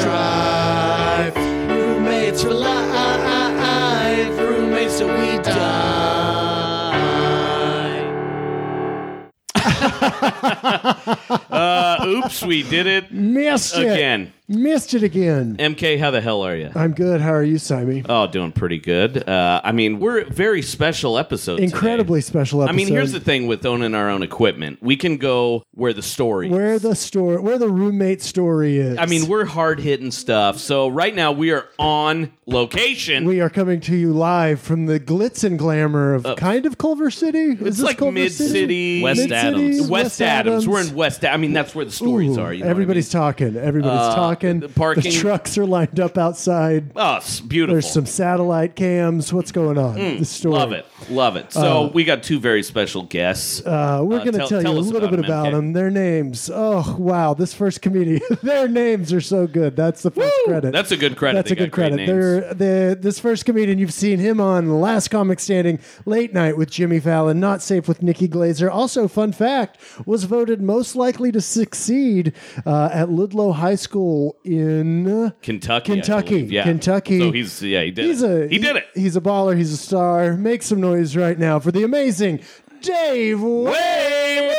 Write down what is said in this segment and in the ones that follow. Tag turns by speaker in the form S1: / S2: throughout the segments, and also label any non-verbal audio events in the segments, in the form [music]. S1: strife. Roommates for life. Roommates till we die.
S2: Uh, oops, we did it
S3: Missed it
S2: again.
S3: Missed it again.
S2: MK, how the hell are you?
S3: I'm good. How are you, Simon?
S2: Oh, doing pretty good. Uh, I mean, we're very special episode. today.
S3: Incredibly special episode.
S2: I mean, here's the thing with owning our own equipment. We can go where the story
S3: where the story, where the roommate story is.
S2: I mean, we're hard hitting stuff. So right now we are on location.
S3: we are coming to you live from the glitz and glamour of kind of Culver City. Is
S2: Oh. it's
S3: this
S2: like
S3: Culver
S2: mid city,
S4: West
S3: Mid-City,
S4: Adams.
S2: West, Adams. We're in West. I mean, that's where the stories
S3: Ooh,
S2: are. You know what I Uh,
S3: everybody's talking. Everybody's talking.
S2: the parking-
S3: The trucks are lined up outside.
S2: mean? us. Beautiful.
S3: There's some satellite cams. What's going on? the story.
S2: Hmm, Love it. Love it. So we got two very special guests.
S3: Uh, we're going to
S2: tell-
S3: tell,
S2: tell
S3: you a
S2: us
S3: little
S2: about
S3: bit
S2: 'em,
S3: about
S2: MK.
S3: them. Their names. Oh, wow. This first comedian. [laughs] Their names are so good. That's the first credit.
S2: That's a good credit.
S3: That's a
S2: They got
S3: good
S2: great
S3: credit.
S2: names.
S3: They're, they this first comedian, you've seen him on Last Comic Standing, Late Night with Jimmy Fallon, Not Safe with Nikki Glazer. Also, fun fact, was voted most likely to succeed uh, at Ludlow High School in.
S2: Kentucky. I
S3: Kentucky,
S2: believe. Yeah.
S3: Kentucky.
S2: So he's yeah, he did
S3: He's
S2: it.
S3: a
S2: he did it.
S3: He's a baller. He's a star. Make some noise right now for the amazing Dave Wade.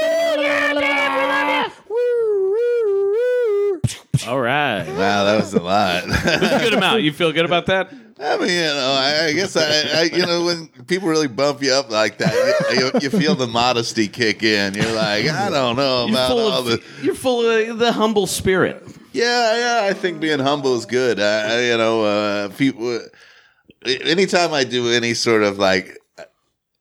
S3: Woo, woo, woo.
S4: All right.
S5: Wow, that was a lot. [laughs] I
S2: Good amount. You feel good about that?
S5: mean, you know, I, I guess I, I, you know, when people really bump you up like that, you, you, you feel the modesty kick in. You're like, I don't know
S2: You're
S5: about
S2: full
S5: all
S2: of
S5: the.
S2: you're full of the humble spirit.
S5: Yeah, yeah, I think being humble is good. I, I you know, uh, people. Anytime I do any sort of like,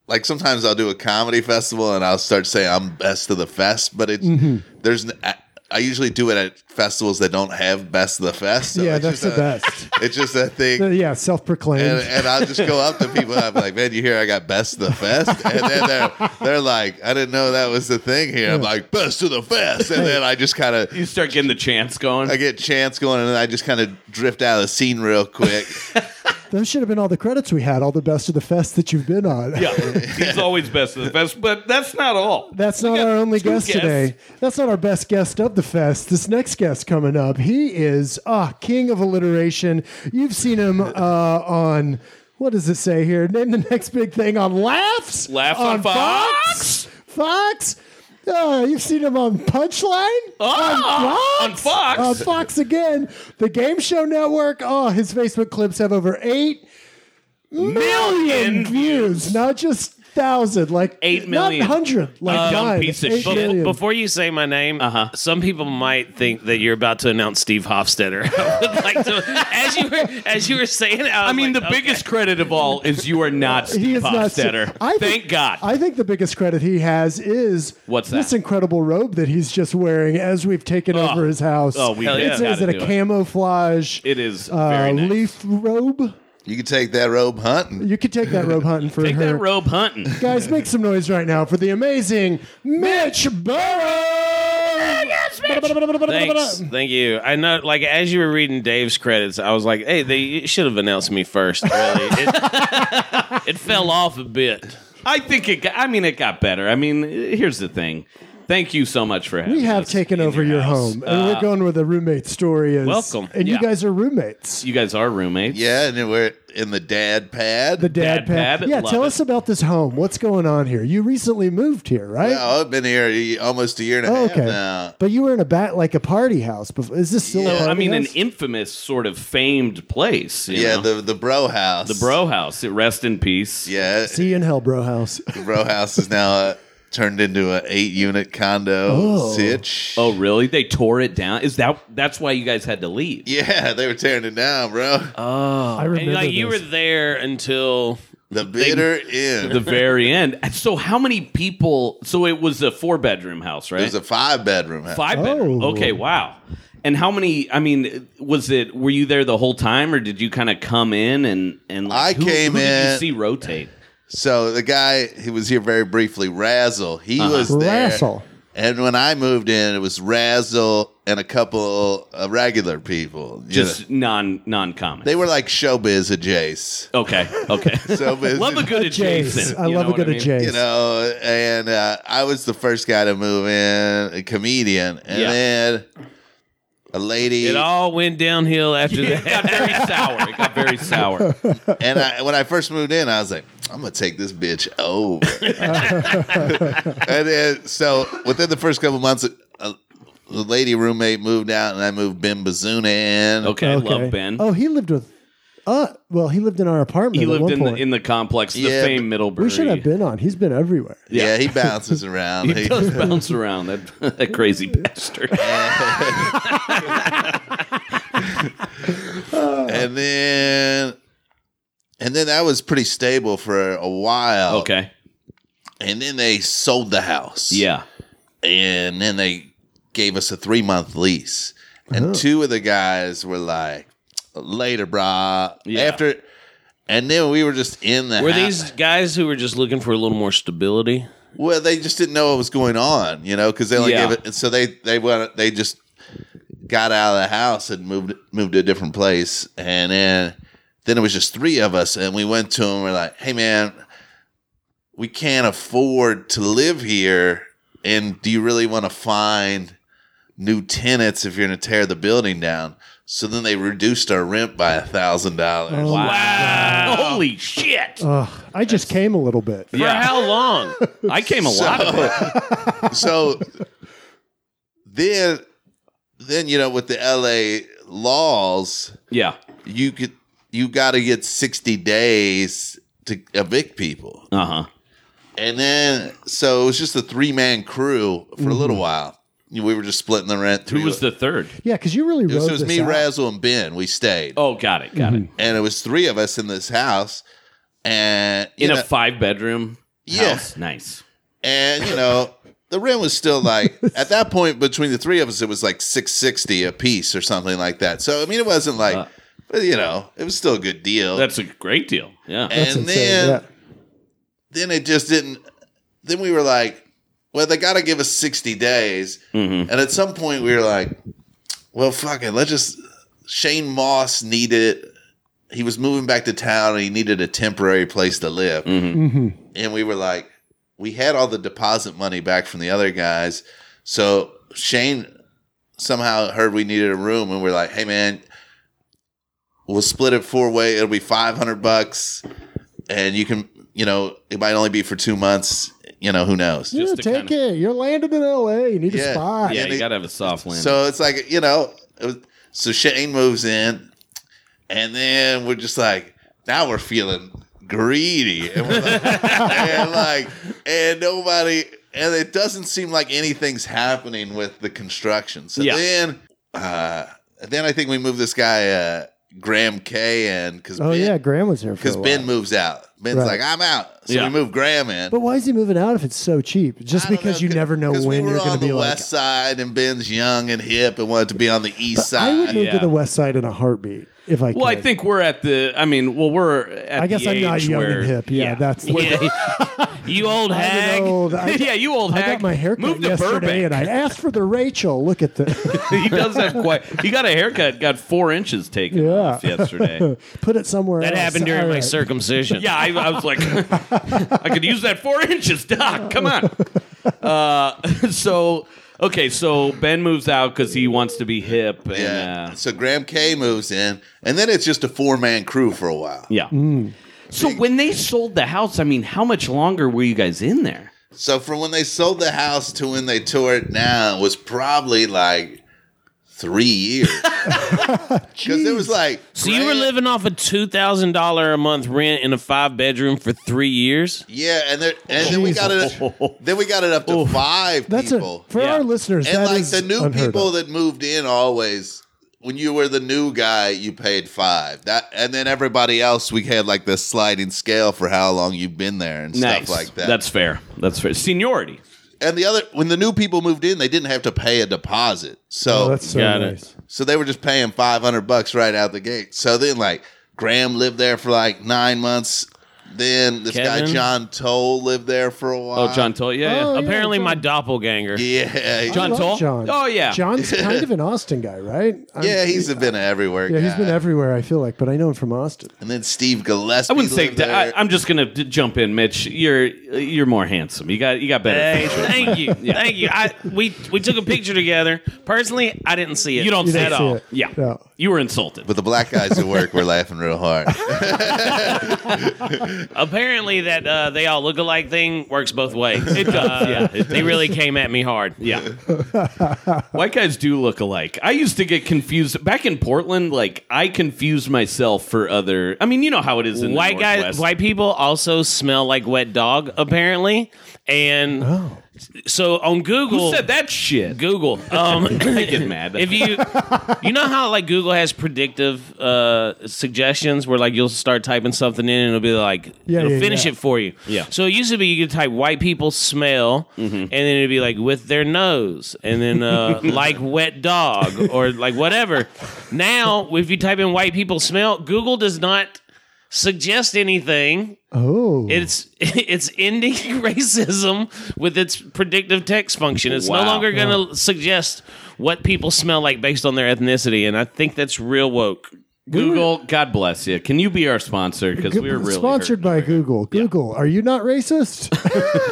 S5: like sometimes I'll do a comedy festival and I'll start saying I'm best of the fest, but it
S3: Mm-hmm.
S5: there's. n- I, I usually do it at festivals that don't have best of the fest. so
S3: yeah,
S5: it's
S3: that's
S5: just
S3: the
S5: a-
S2: [laughs]
S3: best.
S5: It's just a thing.
S3: yeah, self-proclaimed.
S5: and,
S3: [laughs]
S5: and I'll just go up to people and I'm like, man, you hear I got best of the fest? And then they're, they're like, I didn't know that was the thing here. I'm like, best of the fest. And then I just kind of,
S2: You start getting the chance going.
S5: I get chance going and then I just kind of drift out of the scene real quick.
S3: Those should have been all the credits we had, all the best of the fest that you've been on.
S2: yeah, he's always best of the best, but that's not all.
S3: That's not our only
S2: two
S3: guest
S2: guests.
S3: today. That's not our best guest of the fest. This next guest coming up, he is ah king of alliteration. You've seen
S2: [laughs]
S3: him uh, on what does it say here? Name the next big thing on laughs.
S2: Laughs on
S3: Fox. Fox. Uh, you've seen him on Punchline,
S2: Ah,
S3: on
S2: on
S3: Fox, Uh,
S2: Fox.
S3: on Fox again, the Game Show Network. Oh, his Facebook clips have over eight million
S2: Million
S3: views, not just thousand, like
S2: Eight million.
S3: not hundred, like
S2: Uh, dumb
S3: nine,
S2: piece of
S3: eight
S2: shit.
S3: million.
S4: Before you say my name,
S2: Uh-huh.
S4: some people might think that you're about to announce Steve Hofstetter. [laughs] I would like to, as you were as you were saying, I, was
S2: I mean,
S4: like, oh,
S2: the
S4: okay.
S2: biggest credit of all is you are not
S3: he
S2: Steve
S3: is not.
S2: Hofstetter.
S3: I think- uh,
S2: Thank God.
S3: I think the biggest credit he has is
S2: What's
S3: this
S2: that?
S3: incredible robe that he's just wearing as we've taken
S2: Oh.
S3: over his house.
S2: Oh, we- Hell yeah.
S3: it's, is
S2: gotta
S3: it
S2: do
S3: a
S2: it.
S3: camouflage
S2: it is
S3: uh,
S2: very nice.
S3: leaf robe?
S5: You can take that robe hunting.
S3: You could take that robe hunting for
S2: Take
S3: her.
S2: that robe hunting.
S3: Guys, make some noise right now for the amazing Mitch Burrows.
S4: Thanks, thank you. I know, like as you were reading Dave's credits, I was like, hey, they should have announced me first. Really, it, it fell off a bit.
S2: I think it. Got, I mean, it got better. I mean, here's the thing. Thank you so much for having.
S3: We have
S2: us
S3: taken
S2: in
S3: over your,
S2: house.
S3: home, and we're going where the roommate story is.
S4: Welcome.
S3: and you
S2: Uh, Yeah.
S3: guys are roommates.
S2: You guys are roommates.
S5: Yeah, and then we're in the dad pad.
S3: the dad,
S2: Dad
S3: pad.
S2: pad,
S3: Yeah,
S2: love
S3: tell
S2: it.
S3: us about this home. What's going on here? You recently moved here, right?
S5: Oh, I've been here e- almost a year and a
S3: Oh,
S5: half
S3: okay.
S5: now.
S3: But you were in a bat like a party house. Before. Is this still? a
S5: Yeah,
S2: I
S3: party
S2: mean, an
S3: house?
S2: infamous sort of famed place. you
S5: Yeah,
S2: know?
S5: the the bro house.
S2: the bro house. It rest in peace.
S5: Yeah,
S3: see you in hell, bro house.
S2: Oh,
S5: the bro house is now uh, turned into an eight unit condo.
S3: Oh.
S5: Sitch.
S2: Oh, really? They tore it down. Is that that's why you guys had to leave?
S5: Yeah, they were tearing it down, bro.
S3: I remember
S4: And like you were
S3: this.
S4: there until
S5: the bitter end.
S2: The very [laughs] end. So how many people? So it was a four bedroom house,
S5: it
S2: right?
S5: was a five bedroom house.
S2: five bedroom.
S3: Oh.
S2: Okay, wow. And how many? I mean, was it? Were you there the whole time, or did you kind of come in and and?
S5: I
S2: who-
S5: came
S2: who Did you
S5: in-
S2: see
S5: [laughs]
S2: rotate.
S5: So the guy he was here very briefly, Razzle. He
S2: Uh-huh.
S5: was there.
S3: Razzle.
S5: And when I moved in, it was Razzle and a couple of regular people. you know.
S2: Just non non common.
S5: they were like showbiz adjacent.
S2: okay.
S5: [laughs]
S2: Okay. [laughs]
S5: Showbiz
S2: love a good
S3: Jace.
S2: adjacent.
S3: I
S2: you
S3: love
S2: know
S3: a
S2: what
S3: good
S2: mean?
S3: Jace.
S5: you know, and uh, I was the first guy to move in, a comedian, and
S2: Yeah.
S5: then a lady.
S4: It all went downhill after
S2: It
S4: that.
S2: got very sour. It got very
S3: [laughs]
S2: sour.
S5: and I, when I first moved in, I was like, I'm gonna take this bitch over. [laughs] and then, so within the first couple months, a, a lady roommate moved out, and I moved Ben Bazuna in.
S2: Okay,
S3: Okay.
S2: love Ben.
S3: Oh, he lived with. Uh, well, he lived in our apartment.
S2: he
S3: at
S2: lived
S3: one
S2: in the
S3: point.
S2: in the complex, the
S5: Yeah,
S2: famed Middlebury.
S3: we should have been on. He's been everywhere.
S5: Yeah, he bounces [laughs]
S2: [laughs]
S5: around.
S2: He does bounce around that, [laughs] that crazy bastard.
S5: and then, and then that was pretty stable for a while.
S2: Okay,
S5: And then they sold the house.
S2: yeah.
S5: and then they gave us a three month lease. And two of the guys were like, "Later, brah."
S2: Yeah.
S5: After, and then we were just in the.
S4: Were
S5: hou-
S4: these guys who were just looking for a little more [laughs] stability?
S5: Well, they just didn't know what was going on, you know, because they only
S2: Yeah.
S5: gave it. And so they they went. They just got out of the house and moved moved to a different place, and then then it was just three of us, and we went to them. We're like, "Hey, man, we can't afford to live here, and do you really want to find new tenants if you're going to tear the building down?" So then they reduced our rent by a thousand dollars.
S2: Holy shit!
S3: Ugh, I just came a little bit.
S4: For how long?
S2: I came [laughs] a lot. of it.
S5: so then then you know with the la laws
S2: Yeah.
S5: you could you got to get 60 days to evict people
S2: Uh huh.
S5: and then so it was just a three-man crew for a little while we were just splitting the rent
S2: Mm-hmm. Who
S5: through
S2: was the third?
S3: Yeah, because you really
S5: it was,
S3: rode
S5: it was
S3: this
S5: me
S3: out.
S5: razzle and ben we stayed
S2: Oh, got it. Got it.
S5: and it was three of us in this house and you
S2: In
S5: know-
S2: a five bedroom.
S5: Yeah.
S2: House. Nice.
S5: and you know the rent was still like at that point between the three of us it was like 660 a piece or something like that so i mean it wasn't like
S3: Uh.
S5: but you know it was still a good deal
S2: That's a great deal. Yeah.
S5: and
S3: That's insane,
S5: then
S3: yeah.
S5: then it just didn't then we were like well they gotta give us 60 days
S2: Mm-hmm,
S5: and at some point we were like well fuck it let's just shane moss needed he was moving back to town and he needed a temporary place to live
S2: mm-hmm.
S3: Mm-hmm.
S5: and we were like we had all the deposit money back from the other guys so shane somehow heard we needed a room and we're like hey man we'll split it four way it'll be 500 bucks and you can you know it might only be for two months you know who knows
S3: Yeah,
S2: just to
S3: take
S2: kinda-
S3: it. You're landed in L.A. You need
S5: Yeah.
S3: a spot.
S2: yeah.
S5: and
S2: You
S5: it-
S2: gotta have a soft landing.
S5: so it's like you know it was, so shane moves in and then we're just like now we're feeling greedy and, we're like, and like and nobody and it doesn't seem like anything's happening with the construction so
S2: Yeah.
S5: then uh then i think we move this guy uh graham k in because
S3: Oh yeah, Graham was here for
S5: because
S3: a
S5: Ben
S3: while.
S5: moves out. Ben's
S3: Right.
S5: like, I'm out. So
S2: Yeah.
S5: we move Graham in.
S3: But why is he moving out if it's so cheap? Just
S5: I don't
S3: because
S5: know,
S3: you never know
S5: 'cause we
S3: when
S5: were
S3: you're going
S5: on
S3: to be
S5: the
S3: like.
S5: west side, and Ben's young and hip and wanted to be on the east
S3: I would
S5: side.
S3: move to
S2: Yeah.
S3: the west side in a heartbeat if I.
S2: well, I
S3: could.
S2: think we're at the. I mean, well, we're. At
S3: I guess
S2: the
S3: I'm not
S2: age
S3: young
S2: where-
S3: and hip. Yeah,
S2: [laughs]
S3: that's.
S4: you old
S3: I'm an
S4: hag.
S3: old- Oh, I,
S2: yeah, you old
S3: I
S2: hag.
S3: got my haircut
S2: Move to
S3: yesterday,
S2: Burbank.
S3: and I asked for the Rachel. Look at
S2: [laughs]
S3: the.
S2: he does have quite. He got a haircut. Got four inches taken
S3: Yeah. [laughs]
S2: off yesterday.
S3: Put it somewhere.
S4: That
S3: else.
S4: happened during
S3: All
S4: my
S3: right.
S4: circumcision.
S2: [laughs] Yeah, I, I was like, I could use that four inches, Doc. Come on. Uh, [laughs] so okay, so Ben moves out because he wants to be hip. And,
S5: yeah.
S2: Uh,
S5: So Graham K moves in, and then it's just a four man crew for a while.
S2: yeah. So when they sold the house, I mean, how much longer were you guys in there?
S5: So from when they sold the house to when they tore it down was probably like
S3: [laughs]
S5: three years. Because it was like,
S4: So you were
S5: Graham-
S4: living off a two thousand dollar a month rent in a five bedroom for three years.
S5: Yeah, and, there, and then we got it. Then we got it up to five
S3: That's
S5: people.
S3: a for
S2: Yeah.
S3: our listeners.
S5: and
S3: that
S5: like
S3: is
S5: the new
S3: unheard
S5: people
S3: Of.
S5: that moved in always when you were the new guy you paid five that and then everybody else we had like the sliding scale for how long you've been there and
S2: Nice.
S5: stuff like that
S2: That's fair. That's fair. Seniority.
S5: and the other when the new people moved in they didn't have to pay a deposit so
S3: Oh, that's so
S4: Got it.
S3: nice.
S5: so they were just paying 500 bucks right out the gate so then like graham lived there for like nine months Then this guy
S4: Kevin?
S5: John Toll lived there for a while.
S2: Oh, John Toll. Yeah,
S3: Oh,
S2: yeah.
S4: Apparently,
S3: John.
S4: my doppelganger.
S5: Yeah, he-
S3: I
S2: John
S3: love
S2: Toll?
S3: John.
S2: Oh, yeah.
S5: [laughs]
S3: John's kind of an Austin guy, right? I'm-
S5: yeah, he's been everywhere.
S3: Yeah, he's been
S5: guy.
S3: everywhere. I feel like, but I know him from Austin.
S5: And then Steve Gillespie.
S2: I wouldn't say
S5: lived
S2: that.
S5: there.
S2: I, I'm just gonna d- jump in, Mitch. You're you're more handsome. You got you got better.
S4: Hey,
S2: features.
S4: thank you, thank you. I we we took a picture together. Personally, I didn't see it.
S2: You don't
S4: at
S2: see
S3: didn't
S4: all.
S3: it.
S2: Yeah,
S3: No.
S2: you were insulted.
S5: but the black guys at work were laughing
S3: [laughs]
S5: real hard.
S4: Apparently, that uh, they all look alike thing works
S2: [laughs]
S4: both ways. It does. yeah, they really came at me hard.
S2: Yeah. White guys do look alike. I used to get confused back in Portland. Like I confused myself for other. I mean, you know how it is in
S4: White
S2: the
S4: guys,
S2: Northwest.
S4: white people also smell like wet dog, apparently. And so on Google,
S2: Who said that shit?
S4: Google.
S2: [laughs]
S4: Um,
S2: I get mad.
S4: if you you know how like Google has predictive uh, suggestions where like you'll start typing something in and it'll be like
S3: Yeah,
S4: it'll
S3: yeah,
S4: finish
S3: yeah.
S4: it for you.
S2: Yeah.
S4: So it used to be you could type white people smell and then it'd be like with their nose and then uh, like wet dog or like whatever. Now if you type in white people smell, Google does not suggest anything
S3: Oh,
S4: it's [laughs] it's ending [laughs] racism with its predictive text function. It's
S2: Wow.
S4: no longer going to suggest what people smell like based on their ethnicity, and I think that's real woke.
S2: Google, God bless you. Can you be our sponsor? Because we are really
S3: sponsored by Google. Google, are you not
S4: [laughs]
S3: racist?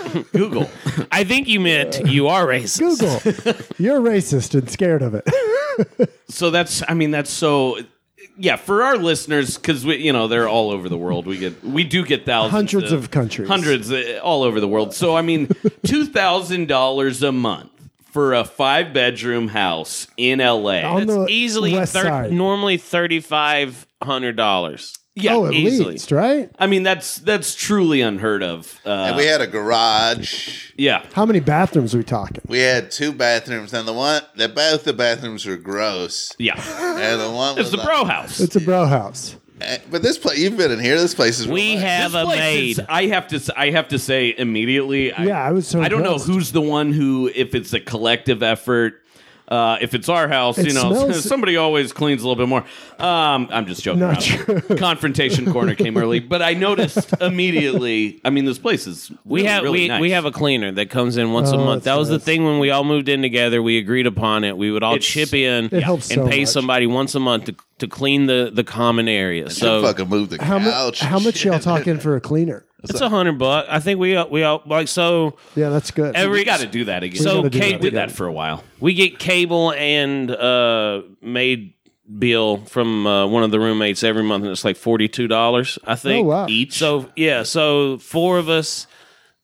S2: by Google.
S4: I think you meant you are racist.
S3: Google, you're racist and scared of it.
S4: [laughs]
S2: so that's. I mean, that's so. Yeah, for our listeners, because we, you know, they're all over the world. We get, we do get thousands,
S3: Hundreds of countries.
S2: hundreds uh, all over the world. So
S3: [laughs]
S2: I mean, two thousand dollars a month for a five bedroom house in L.A.
S3: On the
S4: Easily,
S3: west
S4: thir-
S3: side.
S4: normally thirty five hundred dollars.
S2: yeah,
S3: oh, at
S4: easily.
S3: least, right?
S2: I mean, that's that's truly unheard of. Uh,
S5: and we had a garage.
S2: yeah,
S3: How many bathrooms are we talking?
S5: We had two bathrooms, and the one that both the bathrooms were gross,
S2: yeah.
S3: [laughs]
S5: and the one was
S2: It's the
S5: like-
S2: bro house.
S3: It's a bro house.
S5: Eh, But this place, you've been in here. This place is
S4: We have
S2: This
S4: a
S2: place
S4: maid.
S2: is- I have to. s- I have to say immediately. I,
S3: Yeah, I was so
S2: I don't know
S3: impressed.
S2: who's the one who, if it's a collective effort, uh, if it's our house,
S3: It
S2: you know,
S3: smells-
S2: [laughs] somebody always cleans a little bit more. Um, I'm just joking.
S3: Not [laughs]
S2: around. Confrontation corner came early, but I noticed immediately. I mean, this place is
S4: We
S2: really,
S4: have
S2: really
S4: we,
S2: nice.
S4: we have a cleaner that comes in once a
S3: Oh,
S4: month.
S3: that's
S4: That was the
S3: nice.
S4: thing when we all moved in together. We agreed upon it. We would all
S2: It's-
S4: chip in
S3: It helps
S4: and
S3: so
S4: pay
S3: much.
S4: somebody once a month to, to clean the, the common area.
S5: So
S4: So
S5: fucking moved the
S3: How, mu-
S5: couch. and
S3: how much y'all
S5: shit.
S3: talking for a cleaner?
S4: It's a hundred buck. I think we we all like so
S3: Yeah, that's good.
S4: every
S2: We got to do that again.
S4: So,
S3: gotta do
S4: Kate
S3: that
S2: did
S3: again.
S2: that for a while.
S4: we get cable and uh made bill from uh, one of the roommates every month, and it's like forty two dollars. I think
S3: Oh, wow.
S4: each. So yeah, so four of us.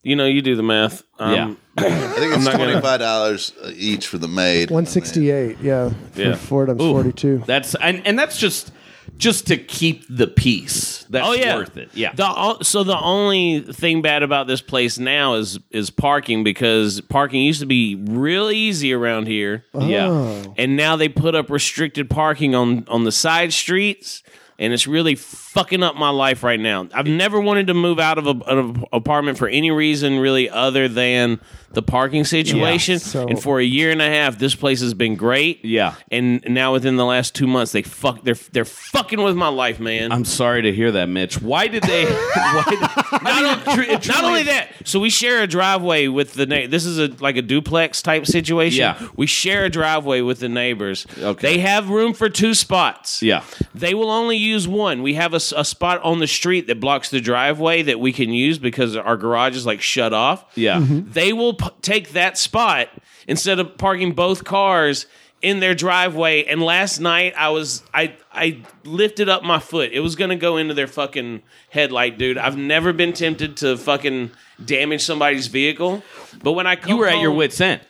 S4: You know, you do the math. Um,
S5: I think it's twenty five dollars uh, each for the maid.
S3: One sixty eight. Yeah, for
S4: Yeah.
S3: four times forty two.
S2: That's and, and that's just just to keep the peace. That's
S4: Oh yeah,
S2: worth it. Yeah.
S4: The, o- so the only thing bad about this place now is is parking because parking used to be real easy around here.
S2: yeah.
S3: Oh.
S4: and now they put up restricted parking on on the side streets and it's really fucking up my life right now i've never wanted to move out of a, an apartment for any reason really other than the parking situation
S3: Yeah, so-
S4: and for a year and a half this place has been great
S2: Yeah.
S4: and now within the last two months they fuck they're they're fucking with my life man
S2: I'm sorry to hear that, Mitch. Why did they? why did, not,
S4: not only that, so we share a driveway with the neighbor. This is a like a duplex type situation.
S2: Yeah.
S4: we share a driveway with the neighbors.
S2: Okay.
S4: they have room for two spots.
S2: Yeah.
S4: they will only use one. We have a, s- a spot on the street that blocks the driveway that we can use because our garage is like shut off.
S2: Yeah.
S3: Mm-hmm.
S2: Mhm.
S4: they will p- take that spot instead of parking both cars. In their driveway, and last night I was I I lifted up my foot. It was gonna go into their fucking headlight, dude. I've never been tempted to fucking damage somebody's vehicle, but when I come
S2: You were at your
S4: home,
S2: wit's end.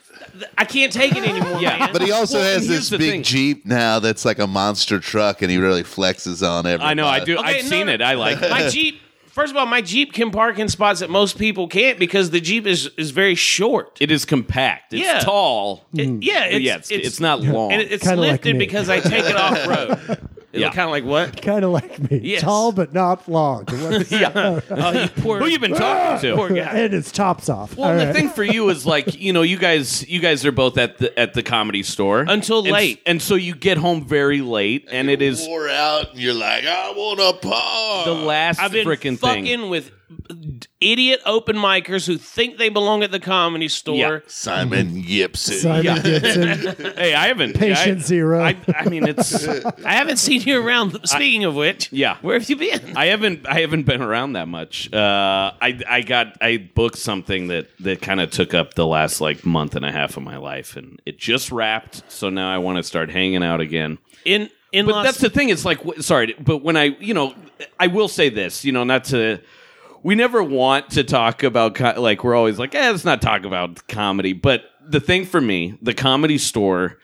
S4: I can't take it anymore.
S2: Yeah.
S4: man.
S5: But he also
S2: Well,
S5: has
S2: here's
S5: this
S2: the
S5: big
S2: thing.
S5: Jeep now that's like a monster truck, and he really flexes on everybody.
S2: I know. I do.
S4: Okay,
S2: I've
S4: no,
S2: seen
S4: no.
S2: it. [laughs] I like. it.
S5: [laughs]
S4: my Jeep. First of all, my Jeep can park in spots that most people can't because the Jeep is is very short.
S2: It is compact. It's
S4: Yeah.
S2: tall.
S4: It- yeah,
S2: But
S3: Mm-hmm.
S4: it's,
S2: yeah, it's, it's, not long.
S4: and it- it's
S3: Kinda like
S4: lifted
S3: me.
S2: [laughs]
S4: because I take it off road. It'll
S2: Yeah.
S4: kind of like what?
S3: Kind of like me.
S4: Yes.
S3: Tall but not
S2: [laughs]
S3: long. What-
S2: Yeah.
S4: Oh, you [laughs] poor,
S2: Who you been talking to?
S4: [laughs] poor guy.
S3: uh, and its tops off. Ah!
S2: Well,
S3: All
S2: and the
S3: right.
S2: thing for you is like you know you guys you guys are both at the at the comedy store
S4: Until
S2: And s-
S4: late.
S2: and so you get home very late, and it is
S5: wore out, and you're like, I want a paw.
S2: the last
S4: I've been
S2: freaking
S4: fucking
S2: thing.
S4: with idiot open micers who think they belong at the comedy store.
S5: Simon Gibson.
S3: Simon
S2: [laughs] Yeah.
S3: Gibson,
S2: [laughs] Hey, I haven't
S3: patient
S2: I,
S3: zero.
S2: I, I mean, it's
S4: I haven't seen you around. Speaking of which,
S2: yeah.
S4: where have you been?
S2: I haven't I haven't been around that much. Uh, I I got I booked something that that kind of took up the last like month and a half of my life, and it just wrapped. So now I want to start hanging out again.
S4: In in
S2: But
S4: Los
S2: that's the thing. It's like w- sorry, but when I you know I will say this, you know, not to. We never want to talk about co- like we're always like, eh, let's not talk about comedy. But the thing for me, the comedy store,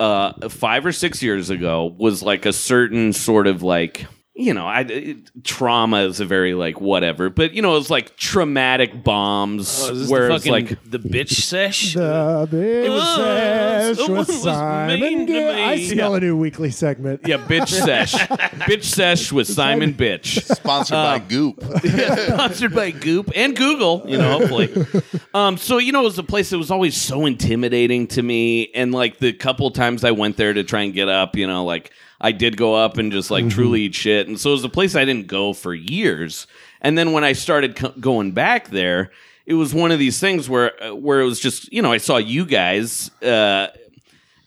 S2: uh, five or six years ago was like a certain sort of like you know I it, trauma is a very like whatever, but you know it was like traumatic bombs
S4: Oh, is this the
S2: where it's
S4: fucking-
S2: like
S4: the bitch sesh.
S3: the big
S4: was-
S2: uh,
S3: sesh
S4: someone
S3: Uh, with
S4: was
S3: Simon
S4: mean to
S3: Gib-
S4: me.
S3: I smell a new weekly segment. [laughs]
S2: yeah, bitch
S4: [laughs]
S2: sesh, bitch sesh with Simon Bitch.
S5: Sponsored
S2: Uh,
S5: by Goop.
S2: [laughs] sponsored by Goop and Google, you know, hopefully. Um, so you know, it was a place that was always so intimidating to me, and like the couple times I went there to try and get up, you know, like I did go up and just like truly eat shit, and so it was a place I didn't go for years. And then when I started co- going back there, it was one of these things where uh, where it was just you know I saw you guys, uh,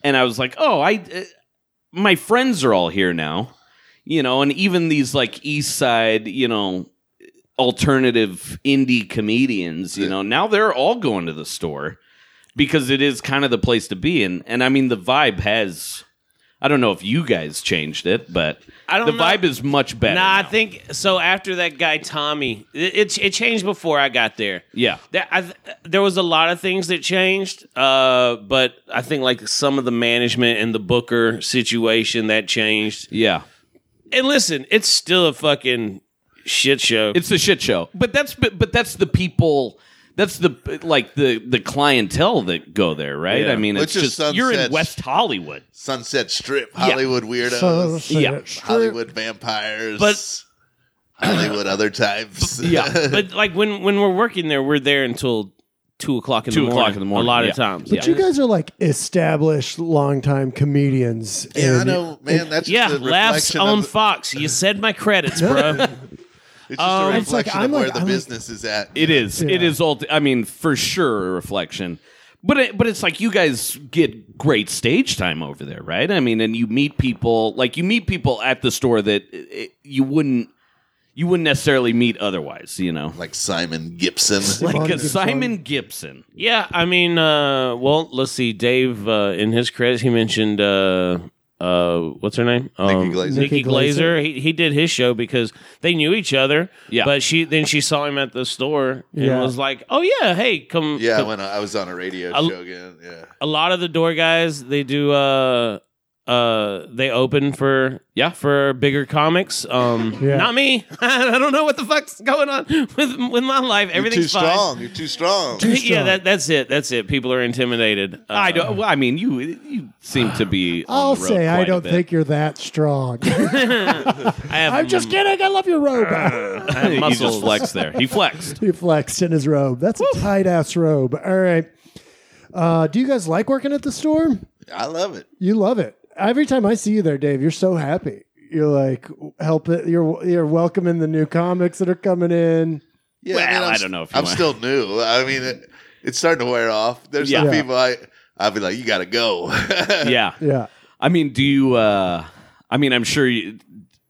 S2: and I was like, oh, I uh, my friends are all here now. You know, and even these like East Side, you know, alternative indie comedians, you know, now they're all going to the store because it is kind of the place to be. And and I mean the vibe has I don't know if you guys changed it, but
S4: I don't
S2: the
S4: know.
S2: vibe is much better.
S4: Nah, I
S2: now.
S4: think so. After that guy Tommy, it, it it changed before I got there.
S2: Yeah.
S4: There, I, th- there was a lot of things that changed, uh, but I think like some of the management and the Booker situation that changed.
S2: Yeah.
S4: And listen, it's still a fucking shit show.
S2: It's [laughs] a shit show. But that's but, but that's the people that's the like the the clientele that go there, right?
S4: Yeah.
S2: I mean, it's
S5: Which is
S2: just you're in
S5: Sunset's-
S2: West Hollywood.
S5: Sunset Strip. Hollywood weirdos.
S2: Yeah.
S5: Hollywood vampires.
S4: But-
S5: Hollywood other types.
S2: Yeah.
S4: but like when when we're working there, we're there until two o'clock in
S2: Two
S4: the morning.
S2: o'clock in the morning,
S4: A lot
S2: yeah.
S4: of times.
S3: But you guys are like established, longtime comedians.
S5: [laughs] Yeah, I
S3: and-
S5: know, man. That's
S4: yeah,
S5: just a
S4: laughs
S5: reflection of
S4: on
S5: the-
S4: Fox. You said my
S5: [laughs]
S4: credits, bro.
S5: It's just a
S3: it's like,
S5: reflection
S3: I'm
S5: of where
S3: like-
S5: the
S3: I'm like-
S5: business is at.
S2: [laughs] It is. It
S3: Yeah.
S2: is all. I mean, for sure, a reflection. But it, but it's like you guys get great stage time over there, right? I mean, and you meet people like you meet people at the store that eh, you wouldn't you wouldn't necessarily meet otherwise, you know.
S5: like Simon Gibson.
S2: Like
S3: Simon
S2: a Simon Gibson.
S4: Yeah, I mean, uh, well, let's see. Dave, uh, in his credits, he mentioned uh, uh, what's her name? Um,
S5: Glaser.
S4: Nikki
S3: Nikki Glaser.
S4: Glaser. He, he did his show because they knew each other.
S2: Yeah.
S4: but she then she saw him at the store and
S3: Yeah.
S4: was like, "Oh yeah, hey, come."
S5: yeah,
S4: come-
S5: when I, I was on a radio
S4: I-
S5: show again. Yeah.
S4: a lot of the door guys they do. Uh, uh, they open for
S2: Yeah.
S4: for bigger comics. Um,
S3: Yeah.
S4: not me. [laughs] I don't know what the fuck's going on with with my life.
S5: You're too
S4: Everything's fine.
S5: strong. You're too strong.
S3: Too
S4: [laughs] Yeah,
S3: strong.
S4: that, that's it. That's it. People are intimidated. Uh,
S2: I don't. Well, I mean, you you seem to be. on
S3: I'll
S2: the road
S3: say I
S2: quite a
S3: don't
S2: bit.
S3: think you're that strong. [laughs]
S4: I have
S3: I'm
S2: Mm.
S3: just kidding. I love your
S2: [laughs]
S3: robe.
S4: I have
S2: he
S4: muscles.
S2: just flexed there. He
S4: [laughs]
S2: flexed.
S3: he flexed in his robe. That's a tight ass robe. All right. Uh, do you guys like working at the store?
S5: I love it.
S3: You love it. Every time I see you there, Dave, you're so happy. You're like help it. You're you're welcoming the new comics that are coming in.
S5: Yeah,
S2: Well,
S5: I'm
S2: I
S5: s-
S2: don't know if you
S5: I'm
S2: want-
S5: still new. I mean, it, it's starting to wear off. There's some
S3: Yeah.
S5: people I I'd be like, you gotta go.
S2: Yeah.
S3: Yeah.
S2: I mean, do you? uh I mean, I'm sure you,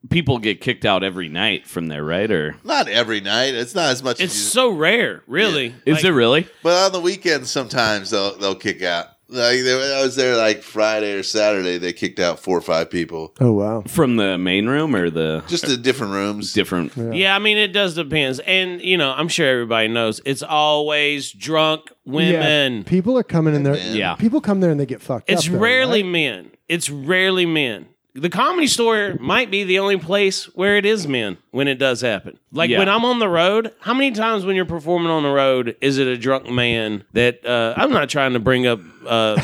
S2: people get kicked out every night from there, right? Or
S5: [laughs] Not every night. It's not as much.
S4: It's
S5: as you,
S4: so rare, really.
S2: is
S4: Like,
S2: it really?
S5: but on the weekends, sometimes they'll they'll kick out. Like they, I was there like Friday or Saturday. They kicked out four or five people.
S3: Oh wow.
S2: From the main room or the
S5: Just the different rooms.
S2: different?
S4: Yeah, I mean it does depends, and you know I'm sure everybody knows it's always drunk women.
S3: People are coming in there.
S2: Yeah.
S3: People come there and they get fucked
S4: It's
S3: up. though,
S4: rarely
S3: right?
S4: men. It's rarely men. The comedy store might be the only place where it is men when it does happen. Like
S2: Yeah.
S4: when I'm on the road, how many times when you're performing on the road is it a drunk man that uh, [laughs] I'm not trying to bring up uh,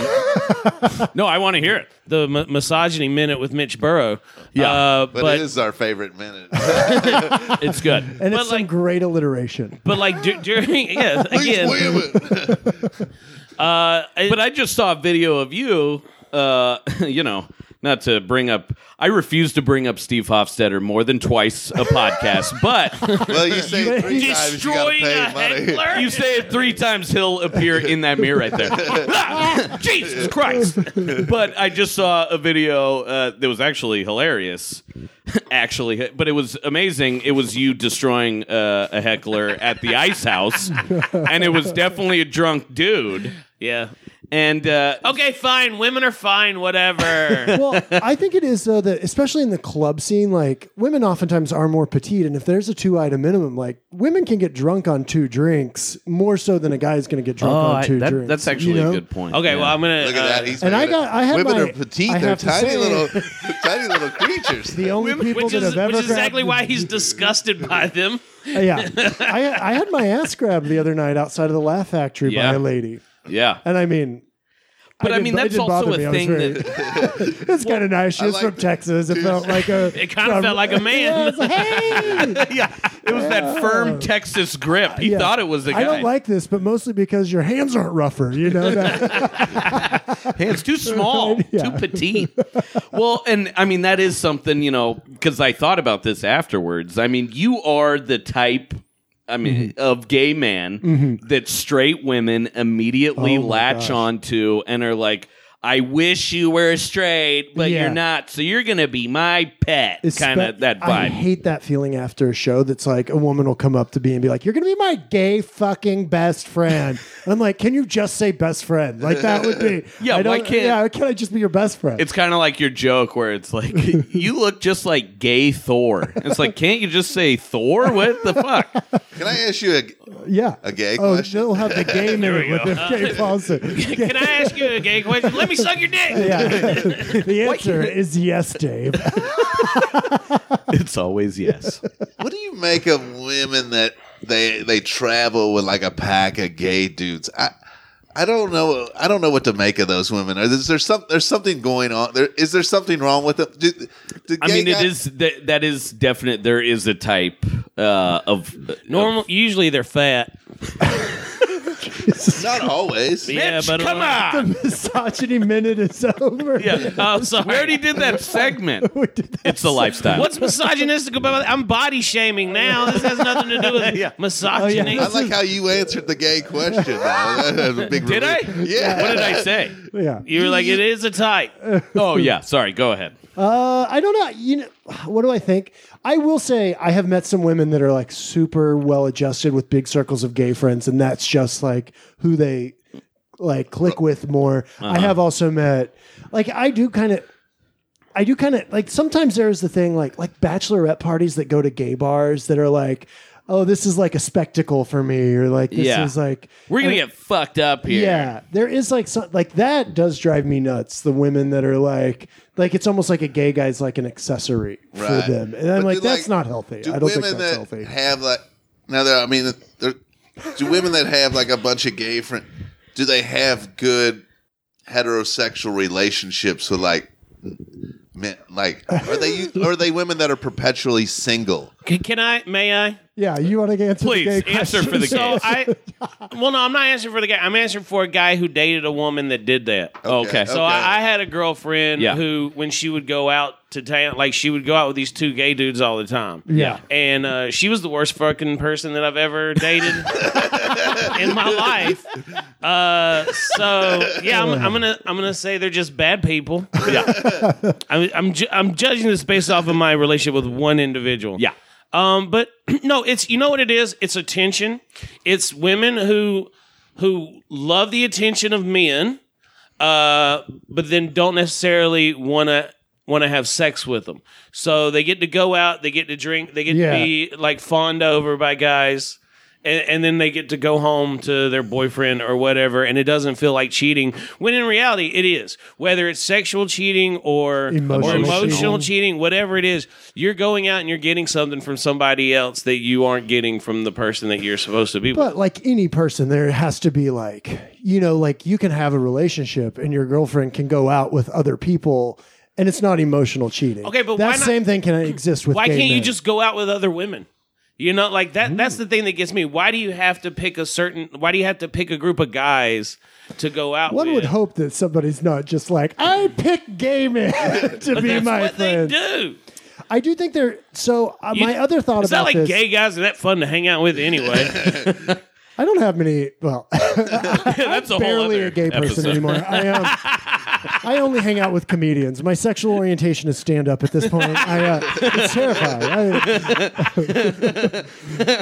S2: No, I want to hear it.
S4: the m- misogyny minute with Mitch Burrow. Yeah, uh,
S5: But,
S4: but
S5: it is our favorite
S4: [laughs]
S5: minute.
S2: It's good.
S3: and
S4: But
S3: it's some
S4: like-
S3: great alliteration.
S4: but like du- during [laughs] yeah again,
S5: Wait a minute.
S4: uh, it-
S2: But I just saw a video of you. Uh, [laughs] you know, not to bring up. I refuse to bring up Steve Hofstetter more than twice a podcast.
S4: [laughs]
S2: But
S5: well, you say it three times you gotta
S4: destroying a
S5: pay money.
S4: heckler.
S2: you say it three times, he'll appear in that mirror right there. [laughs]
S4: [laughs]
S2: Ah, Jesus Christ! But I just saw a video uh, that was actually hilarious. [laughs] Actually, but it was amazing. It was you destroying uh, a heckler at the ice
S4: [laughs]
S2: house, and it was definitely a drunk dude.
S4: yeah.
S2: And uh,
S4: Okay, fine. Women are
S3: [laughs]
S4: fine. Whatever.
S3: well, I think it is though that especially in the club scene, like women oftentimes are more petite, and if there's a two item minimum, like women can get drunk on two drinks more so than a guy is going to get drunk on two
S2: Oh, that-
S3: drinks.
S2: that's actually
S3: you know?
S2: a good point.
S4: Okay,
S2: Yeah.
S4: well I'm gonna.
S5: Look at
S4: uh,
S5: that. He's
S3: And I
S5: making
S3: got-
S5: it.
S3: I had
S5: women
S3: my-
S5: are petite.
S3: I
S5: They're
S3: have to
S5: tiny
S3: say- [laughs]
S5: little, tiny little creatures.
S3: The only people
S4: which
S3: that
S4: is,
S3: have ever
S4: which is exactly
S3: grabbed-
S4: why he's disgusted by them.
S3: [laughs] yeah. I, I had my ass grabbed the other night outside of the Laugh Factory
S2: Yeah.
S3: by a lady,
S4: [laughs]
S2: yeah.
S3: and I mean.
S2: But I
S3: didn't-
S2: mean,
S3: it
S2: that's
S3: didn't
S2: also
S3: bother
S2: a
S3: me. I was
S2: thing
S3: very-
S2: that
S3: [laughs] It's kind of nice. She was
S5: like
S3: from
S5: that.
S3: Texas. It felt like a.
S4: It kind of felt like
S3: [laughs]
S4: a
S3: Yeah,
S4: man.
S3: it's like, hey,
S2: yeah, it was that firm Texas grip. He
S3: Yeah.
S2: thought it was a guy.
S3: I don't like this, but mostly because your hands aren't rougher. You know
S2: [laughs]
S3: that.
S2: Hey,
S3: [laughs]
S2: it's too small,
S3: Yeah.
S2: too petite. Well, and I mean that is something you know because I thought about this afterwards. I mean, you are the type. I mean,
S3: Mm-hmm.
S2: of gay man that straight women immediately
S3: Oh my
S2: latch
S3: gosh.
S2: onto and are like, "I wish you were straight, but
S3: Yeah.
S2: you're not, so you're gonna be my pet." Kind of
S3: Espe-
S2: that vibe.
S3: I hate that feeling after a show that's like a woman will come up to me and be like, "You're gonna be my gay fucking best
S2: [laughs]
S3: friend." And I'm like, "Can you just say best friend?" Like that would be. I
S2: Yeah, why
S3: don't-
S2: can't-
S3: Yeah, why can't I just be your best friend?
S2: It's kind of like your joke where it's
S3: [laughs]
S2: like you look just like gay Thor. It's like can't you just say Thor? What the
S3: [laughs]
S2: fuck?
S5: Can I ask you a?
S3: yeah.
S5: a gay
S3: Oh,
S5: question.
S3: they'll have the
S2: [laughs]
S3: gay minute with the gay Paulson.
S4: Can I ask you a gay question? Let me suck your dick.
S3: Yeah.
S2: [laughs]
S3: the answer is yes, Dave. [laughs]
S2: It's always yes.
S5: What do you make of women that they they travel with like a pack of gay dudes? I I don't know. I don't know what to make of those women. Is there some? There's something going on. There is there something wrong with them? Do, do
S2: I
S5: gay
S2: mean, it
S5: guys-
S2: is that that is definite. There is a type uh, of
S4: Normal. Usually they're fat.
S2: [laughs]
S5: not always.
S4: yeah, but
S2: come
S4: uh,
S2: on.
S3: Misogyny minute is over.
S4: [laughs] Oh, sorry.
S2: We already did that segment.
S3: [laughs] We did that.
S2: It's the lifestyle.
S4: What's misogynistic about it? I'm body shaming now. This has nothing to
S3: [laughs]
S4: do
S3: Oh,
S4: with misogyny.
S5: I like how you answered the gay question. though. [laughs] That's a big
S2: did I?
S5: relief. Yeah.
S2: What did I say?
S3: Yeah.
S4: You were like, it is a type.
S2: [laughs] Oh yeah. Sorry. Go ahead.
S3: Uh, I don't know. You know, what do I think? I will say I have met some women that are like super well adjusted with big circles of gay friends, and that's just like who they like click with more. I have also met like I do kind of. I do kind of like sometimes there is the thing like like bachelorette parties that go to gay bars that are like, oh, this is like a spectacle for me, or like this
S2: Yeah.
S3: is like
S2: We're gonna get fucked up here.
S3: yeah, there is like some like that does drive me nuts. The women that are like like it's almost like a gay guy's like an accessory
S5: Right.
S3: for them, and I'm
S5: But
S3: like
S5: do,
S3: that's not healthy.
S5: Do
S3: I don't think
S5: women
S3: that's
S5: that
S3: healthy.
S5: have like now? There, I mean, there, do women that have like a bunch of gay friends? Do they have good heterosexual relationships with like men? Like, are they are they women that are perpetually single?
S4: Can, can I? May
S3: [laughs]
S4: I?
S3: yeah, you want to answer?
S2: Please
S3: the gay
S2: answer for the
S3: question?
S2: gay.
S4: So I. Well, no, I'm not answering for the guy. I'm answering for a guy who dated a woman that did that.
S2: Okay.
S5: Okay.
S4: So I, I had a girlfriend
S2: Yeah.
S4: who, when she would go out to town, like she would go out with these two gay dudes all the time.
S3: [laughs] Yeah.
S4: And uh, she was the worst fucking person that I've ever dated
S2: [laughs]
S4: in my life. Uh, so yeah, I'm, I'm gonna I'm gonna say they're just bad people.
S2: Yeah.
S4: [laughs] I'm I'm, ju- I'm judging this based off of my relationship with one individual.
S2: Yeah.
S4: Um, but [clears throat] no, it's you know what it is. It's attention. It's women who who love the attention of men, uh, but then don't necessarily want to want to have sex with them. So they get to go out, they get to drink, they get
S3: Yeah.
S4: to be like fawned over by guys, and, and then they get to go home to their boyfriend or whatever, and it doesn't feel like cheating. When in reality, it is. Whether it's sexual cheating or
S3: Emotional
S4: or emotional
S3: cheating.
S4: cheating, whatever it is, you're going out and you're getting something from somebody else that you aren't getting from the person that you're supposed to be with.
S3: But like any person, there has to be like, you know, like you can have a relationship and your girlfriend can go out with other people and it's not emotional cheating.
S4: Okay, but
S3: that
S4: why not-
S3: same thing can exist with
S4: why
S3: gay
S4: can't you
S3: men.
S4: just go out with other women you know like that that's
S3: Mm.
S4: the thing that gets me why do you have to pick a certain why do you have to pick a group of guys to go out
S3: one
S4: with?
S3: would hope that somebody's not just like, I pick gay men [laughs] to be
S4: that's
S3: my
S4: what
S3: friend.
S4: they do
S3: I do think they're so. Uh,
S4: You-
S3: my other thought
S4: it's
S3: about
S4: not like
S3: this,
S4: gay guys are that fun to hang out
S3: [laughs]
S4: with anyway
S3: I don't have many.
S4: [laughs]
S3: Well,
S2: That's a
S3: barely
S2: whole
S3: a gay person anymore. I
S4: [laughs]
S3: um, I only hang out with comedians. My sexual orientation is stand up at this point. I, uh, it's terrifying. I, [laughs]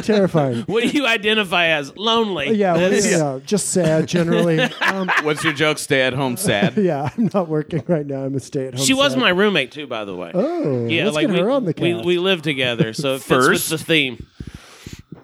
S3: terrifying.
S4: what do you identify as lonely
S3: Yeah, well, you know, just sad generally. Um,
S2: What's your joke? Stay at
S3: [laughs]
S2: home, sad.
S3: yeah, I'm not working right now. I'm a stay at home.
S4: [laughs] she was my roommate too by the way
S3: Um, Oh,
S4: yeah
S3: let's
S4: like
S3: get
S4: we,
S3: her on the
S4: we,
S3: couch.
S4: we live together so it fits
S2: First.
S4: with the theme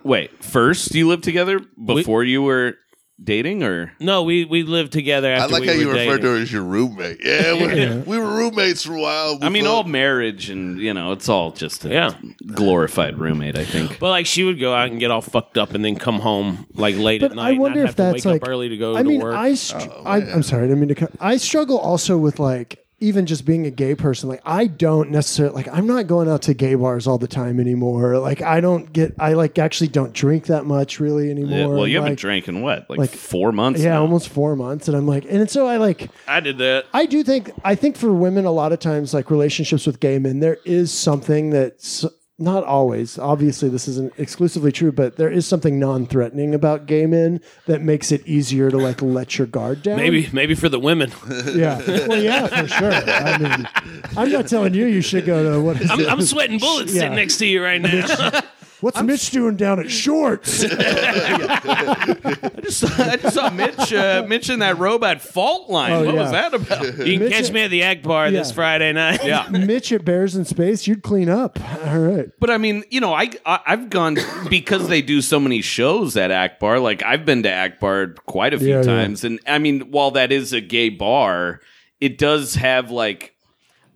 S2: Wait, first you lived together before you were dating, or
S4: no we we lived together
S5: I
S4: after
S5: like
S4: we
S5: how
S4: were
S5: you referred
S4: dating.
S5: to her as your roommate. Yeah, we, we were roommates for a while.
S2: I mean,
S5: before-
S2: all marriage and you know, it's all just a
S4: Yeah.
S2: glorified roommate. I think.
S4: But like she would go out and get all fucked up and then come home like late
S3: But
S4: at
S3: I
S4: night. and
S3: wonder
S4: I'd
S3: if
S4: have to
S3: that's,
S4: wake up
S3: like-
S4: early to go
S3: I
S4: to
S3: mean,
S4: work.
S3: I, str- I I'm sorry, I didn't mean to. Cut. I struggle also with like even just being a gay person. Like I don't necessarily like I'm not going out to gay bars all the time anymore. Like I don't get. I like actually don't drink that much really anymore.
S2: Yeah, well, you
S3: like,
S2: haven't drank in what, like,
S3: like-
S2: four months?
S3: Yeah,
S2: now?
S3: almost four months, and I'm like, and so I like.
S4: I did that.
S3: I do think I think for women a lot of times like relationships with gay men there is something that's not always obviously this isn't exclusively true but there is something non-threatening about gay men that makes it easier to like let your guard down
S4: Maybe maybe for
S5: [laughs]
S4: the women.
S3: yeah well yeah for sure I mean I'm not telling you you should go to what is
S4: I'm,
S3: it?
S4: I'm sweating bullets
S3: Yeah.
S4: sitting next to you
S5: [laughs]
S4: right now.
S3: what's Mitch doing down at shorts
S2: I just, [laughs] I just saw Mitch uh, mention that robot fault line.
S3: Oh,
S2: what was
S3: yeah.
S2: that about?
S4: you can
S3: Mitch-
S4: catch me at the Ag Bar this
S3: Yeah.
S4: Friday night. [laughs]
S2: Yeah.
S3: Mitch at Bears in Space you'd clean up all right
S2: But I mean, you know, I, I I've gone because they do so many shows at Akbar. Like I've been to Akbar quite a few
S3: Yeah, yeah.
S2: times, and I mean, while that is a gay bar, it does have like.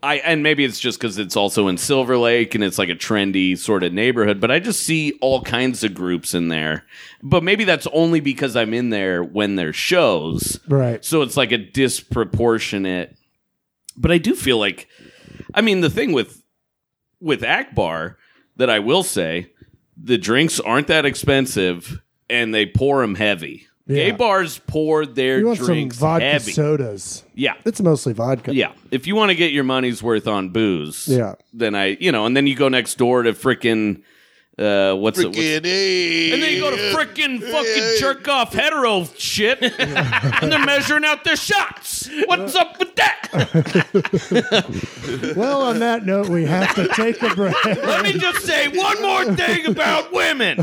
S2: I, and maybe it's just because it's also in Silver Lake and it's like a trendy sort of neighborhood, but I just see all kinds of groups in there. But maybe that's only because I'm in there when there's shows.
S3: right
S2: So it's like a disproportionate. But I do feel like, I mean, the thing with with Akbar that I will say, the drinks aren't that expensive, and they pour them heavy. Gay
S3: Yeah.
S2: bars pour their
S3: you want some
S2: drinks
S3: vodka
S2: heavy.
S3: sodas
S2: yeah,
S3: it's mostly vodka
S2: yeah. If you want to get your money's worth on booze,
S3: Yeah.
S2: then I, you know, and then you go next door to frickin' uh, what's it? what's-
S5: Frickin' A.
S2: and then you go to frickin' fucking jerk off hetero shit, and they're measuring out their shots. What's up with that?
S3: Well, on that note, we have to take a break.
S2: Let me just say one more thing about women.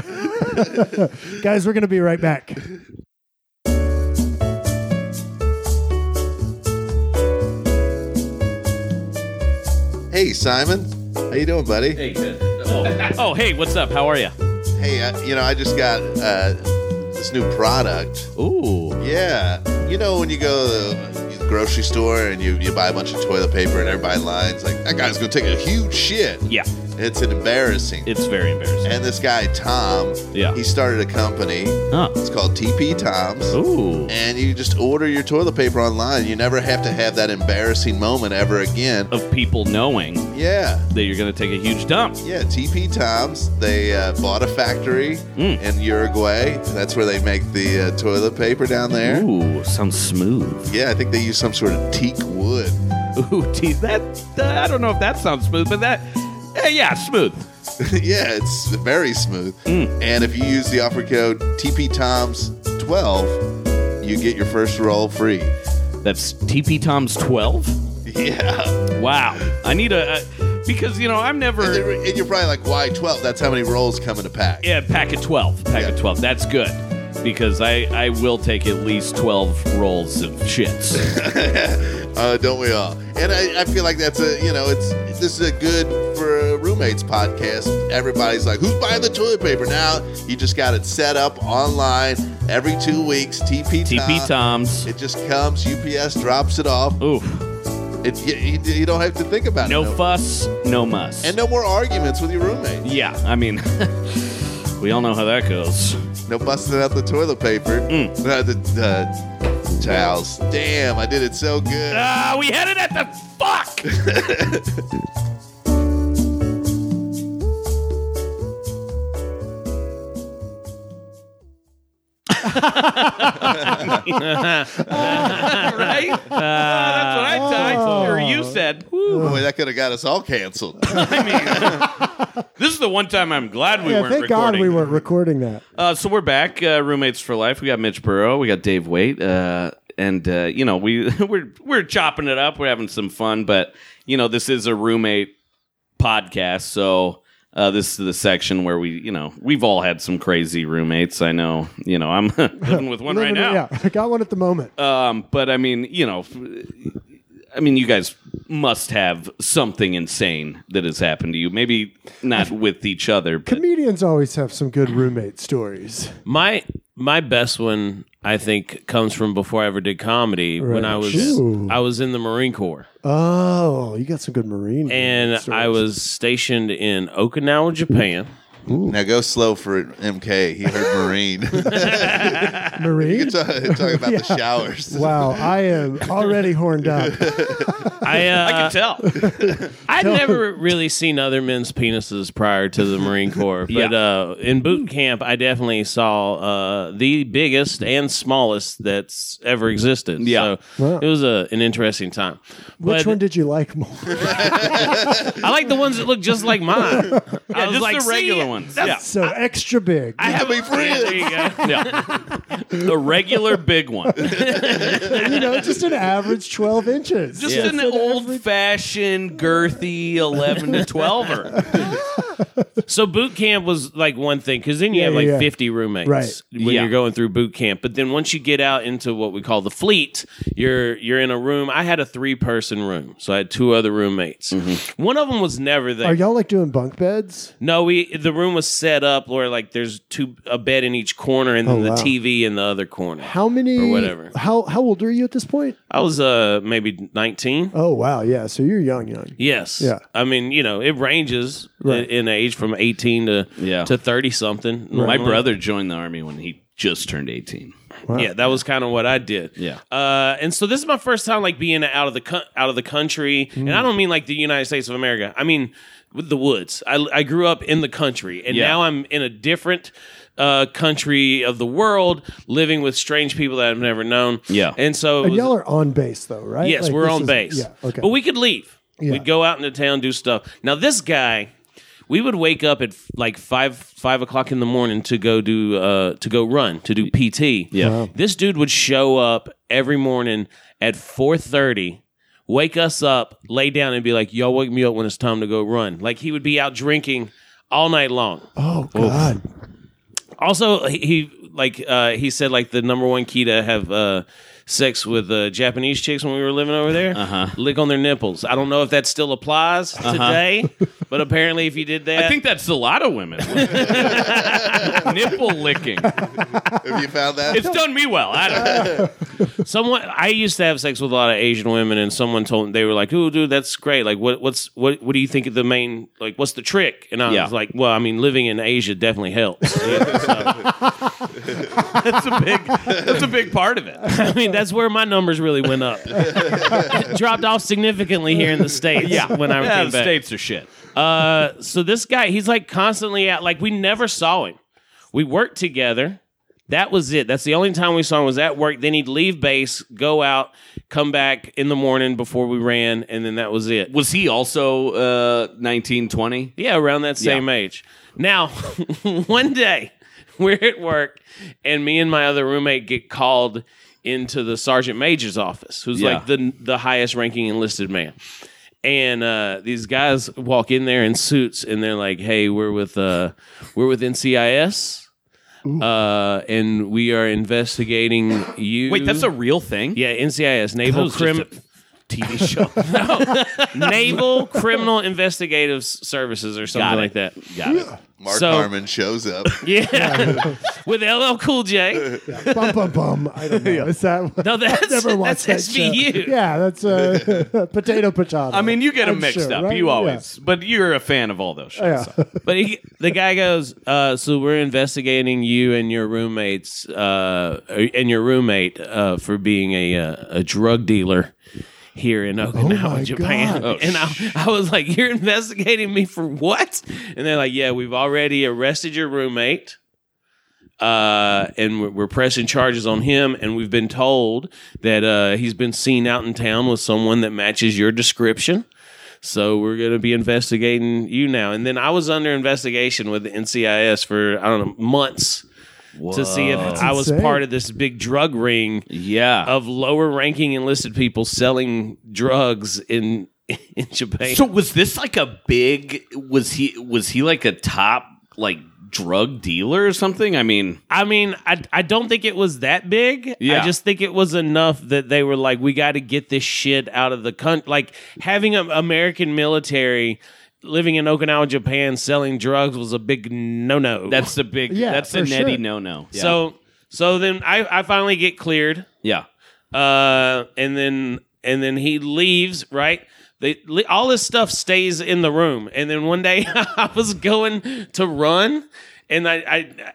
S3: Guys, we're going to be right back.
S5: Hey, Simon. How you doing, buddy?
S2: Hey, oh, oh, hey, what's up? How are you?
S5: Hey, I, you know, I just got uh, this new product.
S2: Ooh,
S5: Yeah. You know, when you go to the grocery store and you, you buy a bunch of toilet paper and everybody lines, like, that guy's going to take a huge shit.
S2: yeah,
S5: It's embarrassing.
S2: it's very embarrassing.
S5: and this guy, Tom,
S2: Yeah.
S5: he started a company.
S2: Huh?
S5: It's called TP Tom's.
S2: Ooh,
S5: And you just order your toilet paper online. You never have to have that embarrassing moment ever again.
S2: of people knowing
S5: Yeah.
S2: that you're gonna take a huge dump.
S5: Yeah, TP Toms. They uh, bought a factory
S2: Mm.
S5: in Uruguay. That's where they make the uh, toilet paper down there.
S2: Ooh, sounds smooth.
S5: Yeah, I think they use some sort of teak wood. [laughs]
S2: Ooh, gee, that uh, I don't know if that sounds smooth, but that, eh, yeah, smooth.
S5: yeah, it's very smooth.
S2: Mm.
S5: And if you use the offer code TP Toms 12, you get your first roll free. [laughs]
S2: That's TP Tom's twelve.
S5: Yeah.
S2: Wow, I need a uh, because you know I'm
S5: And,
S2: never
S5: they- and you're probably like, why 12? That's how many rolls come in a pack.
S2: yeah pack of twelve, pack of
S5: Yeah.
S2: twelve. That's good because I I will take at least twelve rolls of shits.
S5: Uh, don't we all? And I, I feel like that's a you know it's this is a good for a roommates podcast. Everybody's like, who's buying the toilet paper now? You just got it set up online every two weeks. TP
S3: Uh,
S2: TP
S5: time.
S2: Toms.
S5: It just comes. UPS drops it off.
S2: Ooh,
S5: It's you, you, you don't have to think about
S2: Oh. no
S5: it. no-
S2: fuss, no muss.
S5: and no more arguments with your roommate.
S2: yeah, I mean, [laughs] we all know how that goes.
S5: No busting out the toilet paper.
S2: Mm.
S5: Uh, the, the towels. Damn, I did it so good.
S2: Ah, we had it at the fuck. right? [laughs] Ah, that's what I
S3: Oh.
S2: thought. Or you said. Woo.
S5: Boy, that could have got us all canceled. [laughs]
S2: I mean, this is the one time I'm glad we
S3: yeah,
S2: weren't
S3: thank God
S2: recording.
S3: we weren't recording that.
S2: Uh, so we're back, uh, roommates for life. We got Mitch Burrow, we got Dave Waite, uh, and uh, you know we [laughs] we're we're chopping it up. We're having some fun, but you know this is a roommate podcast, so uh, this is the section where we you know we've all had some crazy roommates. I know you know I'm [laughs] living with one right
S3: Living it-
S2: now,
S3: Yeah, I got one at the moment.
S2: um, but I mean you know. f- I mean, you guys must have something insane that has happened to you. Maybe not with each other, but
S3: Comedians always have some good roommate stories.
S4: My my best one I think comes from before I ever did comedy when I was
S3: Ooh.
S4: I was in the Marine Corps
S3: Oh, you got some good Marine.
S4: and
S3: roommate stories.
S4: I was stationed in Okinawa, Japan.
S5: now go slow for MK. He heard Marine. [laughs]
S3: Marine.
S5: talk, talk about the showers. [laughs]
S3: Wow, I am already horned up.
S4: I uh,
S2: [laughs] I can tell.
S4: [laughs] I'd never really seen other men's penises prior to the Marine [laughs] Corps, but
S2: Yeah.
S4: uh, in boot camp, I definitely saw uh, the biggest and smallest that's ever existed.
S2: Yeah.
S4: So it was a, an interesting time.
S3: Which
S4: But
S3: one did you like more?
S4: I like the ones that look just like
S2: [laughs]
S4: mine. yeah, I was
S2: just
S4: like,
S2: the regular
S4: "See,
S2: ones."
S4: that's-
S2: Yeah.
S3: So extra big.
S4: I have
S5: Be friends.
S4: There you go.
S2: Yeah. the regular big one.
S3: you know, just an average 12 inches.
S2: Just
S4: Yeah.
S2: an old fashioned girthy 11 to 12er.
S4: So boot camp was like one thing because then you
S3: Yeah,
S4: have like
S3: yeah, yeah.
S4: 50 roommates
S3: Right.
S4: when
S2: Yeah.
S4: you're going through boot camp. But then once you get out into what we call the fleet, you're you're in a room. I had a three person room, so I had two other roommates.
S2: Mm-hmm.
S4: One of them was never there.
S3: Are y'all like doing bunk beds?
S4: no, we the room was set up where like there's two a bed in each corner and then
S3: Oh,
S4: the
S3: wow.
S4: TV in the other corner.
S3: How many?
S4: Or whatever.
S3: How how old are you at this point?
S4: I was uh maybe 19.
S3: Oh wow, yeah. So you're young, young.
S4: Yes.
S3: Yeah.
S4: I mean, you know, it ranges
S3: Right.
S4: in, in age from 18 to
S2: Yeah.
S4: to 30 something.
S2: [laughs] My brother joined the army when he just turned 18.
S4: Yeah, that was kind of what I did.
S2: Yeah.
S4: Uh, and so this is my first time like being out of the co- out of the country, and
S2: Mm.
S4: I don't mean like the United States of America. I mean with the woods. I, I grew up in the country, and
S2: Yeah.
S4: now I'm in a different uh, country of the world, living with strange people that I've never known.
S2: Yeah.
S4: and so it
S3: And
S4: was-
S3: y'all are on base though, right?
S4: Yes,
S3: Like,
S4: we're
S3: this
S4: on
S3: is-
S4: base.
S3: Yeah. Okay.
S4: But we could leave.
S3: Yeah.
S4: We'd go out into town, do stuff. Now this guy, we would wake up at like five five o'clock in the morning to go do uh to go run to do PT.
S2: Yeah. Wow.
S4: This dude would show up every morning at four thirty. Wake us up, lay down, and be like, "Y'all wake me up when it's time to go run." Like he would be out drinking all night long.
S3: oh god.
S4: Also, he- he like uh, he said like the number one key to have uh, sex with uh, Japanese chicks when we were living over there, uh-huh. lick on their nipples. I don't know if that still applies today, but apparently if you did that,
S2: I think that's a lot of women. [laughs] Nipple licking.
S5: Have you found that?
S2: It's done me well. I don't know.
S4: someone I used to have sex with a lot of Asian women, and someone told they were like, "Ooh, dude, that's great. Like, what what's what what do you think of the main like what's the trick?" And I
S2: Yeah.
S4: was like, "Well, I mean, living in Asia definitely helps."
S2: That's a big that's a big part of it.
S4: I mean, that's where my numbers really
S2: [laughs]
S4: went up, [laughs] dropped off significantly here in the states. [laughs] Yeah, when I
S2: Yeah,
S4: came
S2: the
S4: back.
S2: states are shit.
S4: Uh, so this guy, he's like constantly at like we never saw him. We worked together. That was it. That's the only time we saw him was at work. Then he'd leave base, go out, come back in the morning before we ran, and then that was it.
S2: Was he also uh 1920?
S4: Yeah, around that same
S2: Yeah.
S4: age. Now, [laughs] one day we're at work, and me and my other roommate get called into the sergeant major's office, who's
S2: Yeah.
S4: like the the highest ranking enlisted man. And uh, these guys walk in there in suits, and they're like, "Hey, we're with uh, we're with NCIS, uh, and we are investigating you."
S2: Wait, that's a real thing?
S4: yeah, NCIS Naval
S2: was just
S4: Crim.
S2: a- TV
S4: [laughs]
S2: show.
S4: Naval Criminal Investigative S- Services or something
S2: Got it.
S4: like that.
S2: Got it.
S5: Mark
S4: So-
S5: Harmon shows up.
S4: Yeah, [laughs] with LL Cool J.
S3: bum bum bum. I
S4: [laughs]
S3: don't know. Is that what?
S4: No,
S3: [laughs]
S4: that's
S3: Never watched
S4: that's
S3: that show. [laughs]
S4: SVU.
S3: Yeah, that's uh, [laughs] potato potato.
S2: I mean, you get them
S3: I'm
S2: mixed
S3: sure,
S2: up.
S3: right?
S2: You
S3: Yeah.
S2: always, but you're a fan of all those shows.
S4: [laughs]
S3: Yeah. Oh,
S2: so.
S4: But he, the guy goes, uh, "So we're investigating you and your roommates uh, and your roommate uh, for being a uh, a drug dealer." Here in Okinawa,
S3: Oh my
S4: Japan,
S3: God.
S4: [laughs] and I, I was like, "You're investigating me for what?" And they're like, "Yeah, we've already arrested your roommate, uh, and we're, we're pressing charges on him. And we've been told that uh, he's been seen out in town with someone that matches your description." So we're going to be investigating you now. And then I was under investigation with the NCIS for, I don't know, months to see if I was
S3: insane.
S4: part of this big drug ring
S2: Yeah.
S4: of lower ranking enlisted people selling drugs in [laughs] in Japan.
S2: so was this like a big? Was he? Was he like a top like drug dealer or something? I mean,
S4: I mean, I, I don't think it was that big.
S2: Yeah.
S4: I just think it was enough that they were like, we got to get this shit out of the country. Like, having an American military living in Okinawa, Japan, selling drugs was a big no no.
S2: that's the big.
S3: Yeah,
S2: that's a
S3: for
S2: netty
S3: sure.
S2: no no. Yeah.
S4: So so then I, I finally get cleared.
S2: yeah.
S4: Uh and then and then he leaves, right? They le- all this stuff stays in the room. And then one day [laughs] I was going to run and I I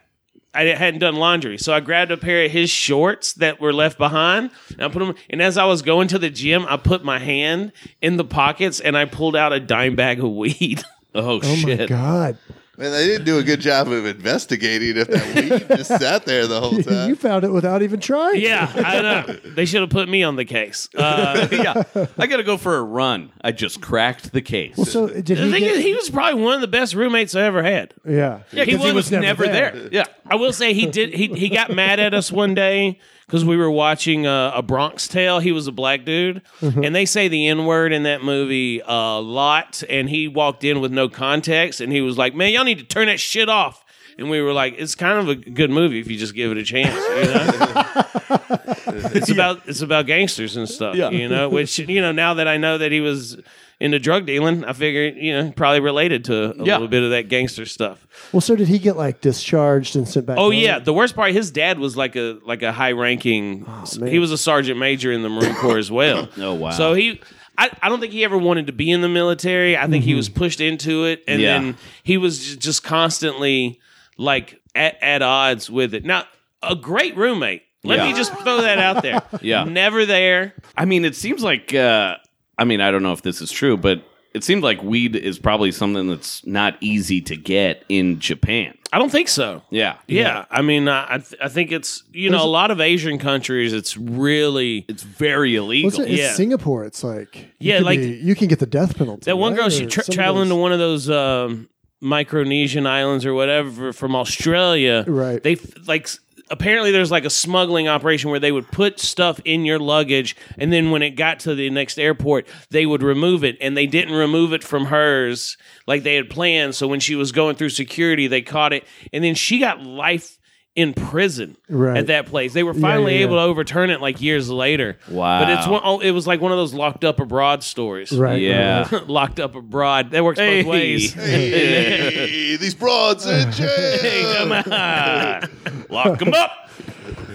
S4: I hadn't done laundry, so I grabbed a pair of his shorts that were left behind, and I put them. And as I was going to the gym, I put my hand in the pockets and I pulled out a dime bag of weed. [laughs]
S2: Oh,
S3: Oh
S2: shit.
S3: my god!
S5: Man, they didn't do a good job of investigating if that
S3: [laughs]
S5: weed just sat there the whole time.
S3: you found it without even trying.
S4: yeah, I know. They should have put me on the case. Uh, [laughs]
S2: yeah, I got to go for a run. I just cracked the case.
S3: Well, so did
S4: The
S3: he?
S4: thing
S3: Get,
S4: is, he was probably one of the best roommates I ever had.
S3: yeah.
S2: yeah, because he, was never, there. Yeah,
S4: I will say he did. He he got mad at us one day because we were watching uh, a Bronx Tale. He was a black dude,
S2: Mm-hmm.
S4: and they say the N word in that movie a lot. And he walked in with no context, and he was like, "Man, y'all need to turn that shit off." And we were like, "It's kind of a good movie if you just give it a chance." You know?
S2: [laughs]
S4: it's about it's about gangsters and stuff.
S2: Yeah.
S4: You know, which you know now that I know that he was. Into drug dealing, I figure you know probably related to a
S2: Yeah.
S4: little bit of that gangster stuff.
S3: Well, so did he get like discharged and sent back?
S4: Oh
S3: home?
S4: yeah, the worst part. His dad was like a like a high ranking.
S3: man.
S4: he was a sergeant major in the Marine Corps as well.
S2: [coughs] Oh, wow.
S4: So he, I, I don't think he ever wanted to be in the military. I think he was pushed into it, and
S2: Yeah.
S4: then he was ju- just constantly like at, at odds with it. Now, a great roommate. Let me
S2: Yeah.
S4: just throw that out there.
S2: [laughs] Yeah.
S4: never there.
S2: I mean, it seems like. Uh, I mean, I don't know if this is true, but it seemed like weed is probably something that's not easy to get in Japan.
S4: I don't think so.
S2: Yeah,
S4: Yeah, I mean, I I th- I think it's you know a lot of Asian countries. It's really
S2: it's very illegal.
S3: What's it? It's
S4: Yeah.
S3: Singapore. It's like you
S4: Yeah,
S3: could
S4: like-
S3: be- you can get the death penalty.
S4: That one
S3: right?
S4: girl,
S3: Or
S4: she tra-
S3: some of
S4: traveling to
S3: those-
S4: one of those um, Micronesian islands or whatever from Australia.
S3: Right.
S4: They f- like s- apparently there's like a smuggling operation where they would put stuff in your luggage, and then when it got to the next airport, they would remove it, and they didn't remove it from hers like they had planned. So when she was going through security, they caught it, and then she got life in prison
S3: Right.
S4: at that place. They were finally
S3: yeah, yeah.
S4: able to overturn it like years later.
S2: Wow.
S4: But it's one, oh, it was like one of those locked up abroad stories.
S3: Right.
S2: Yeah.
S3: right.
S4: [laughs] locked up abroad. That works
S2: Hey.
S4: both ways. [laughs]
S5: Hey, these broads in
S3: [laughs]
S5: jail.
S2: [laughs] Lock them up.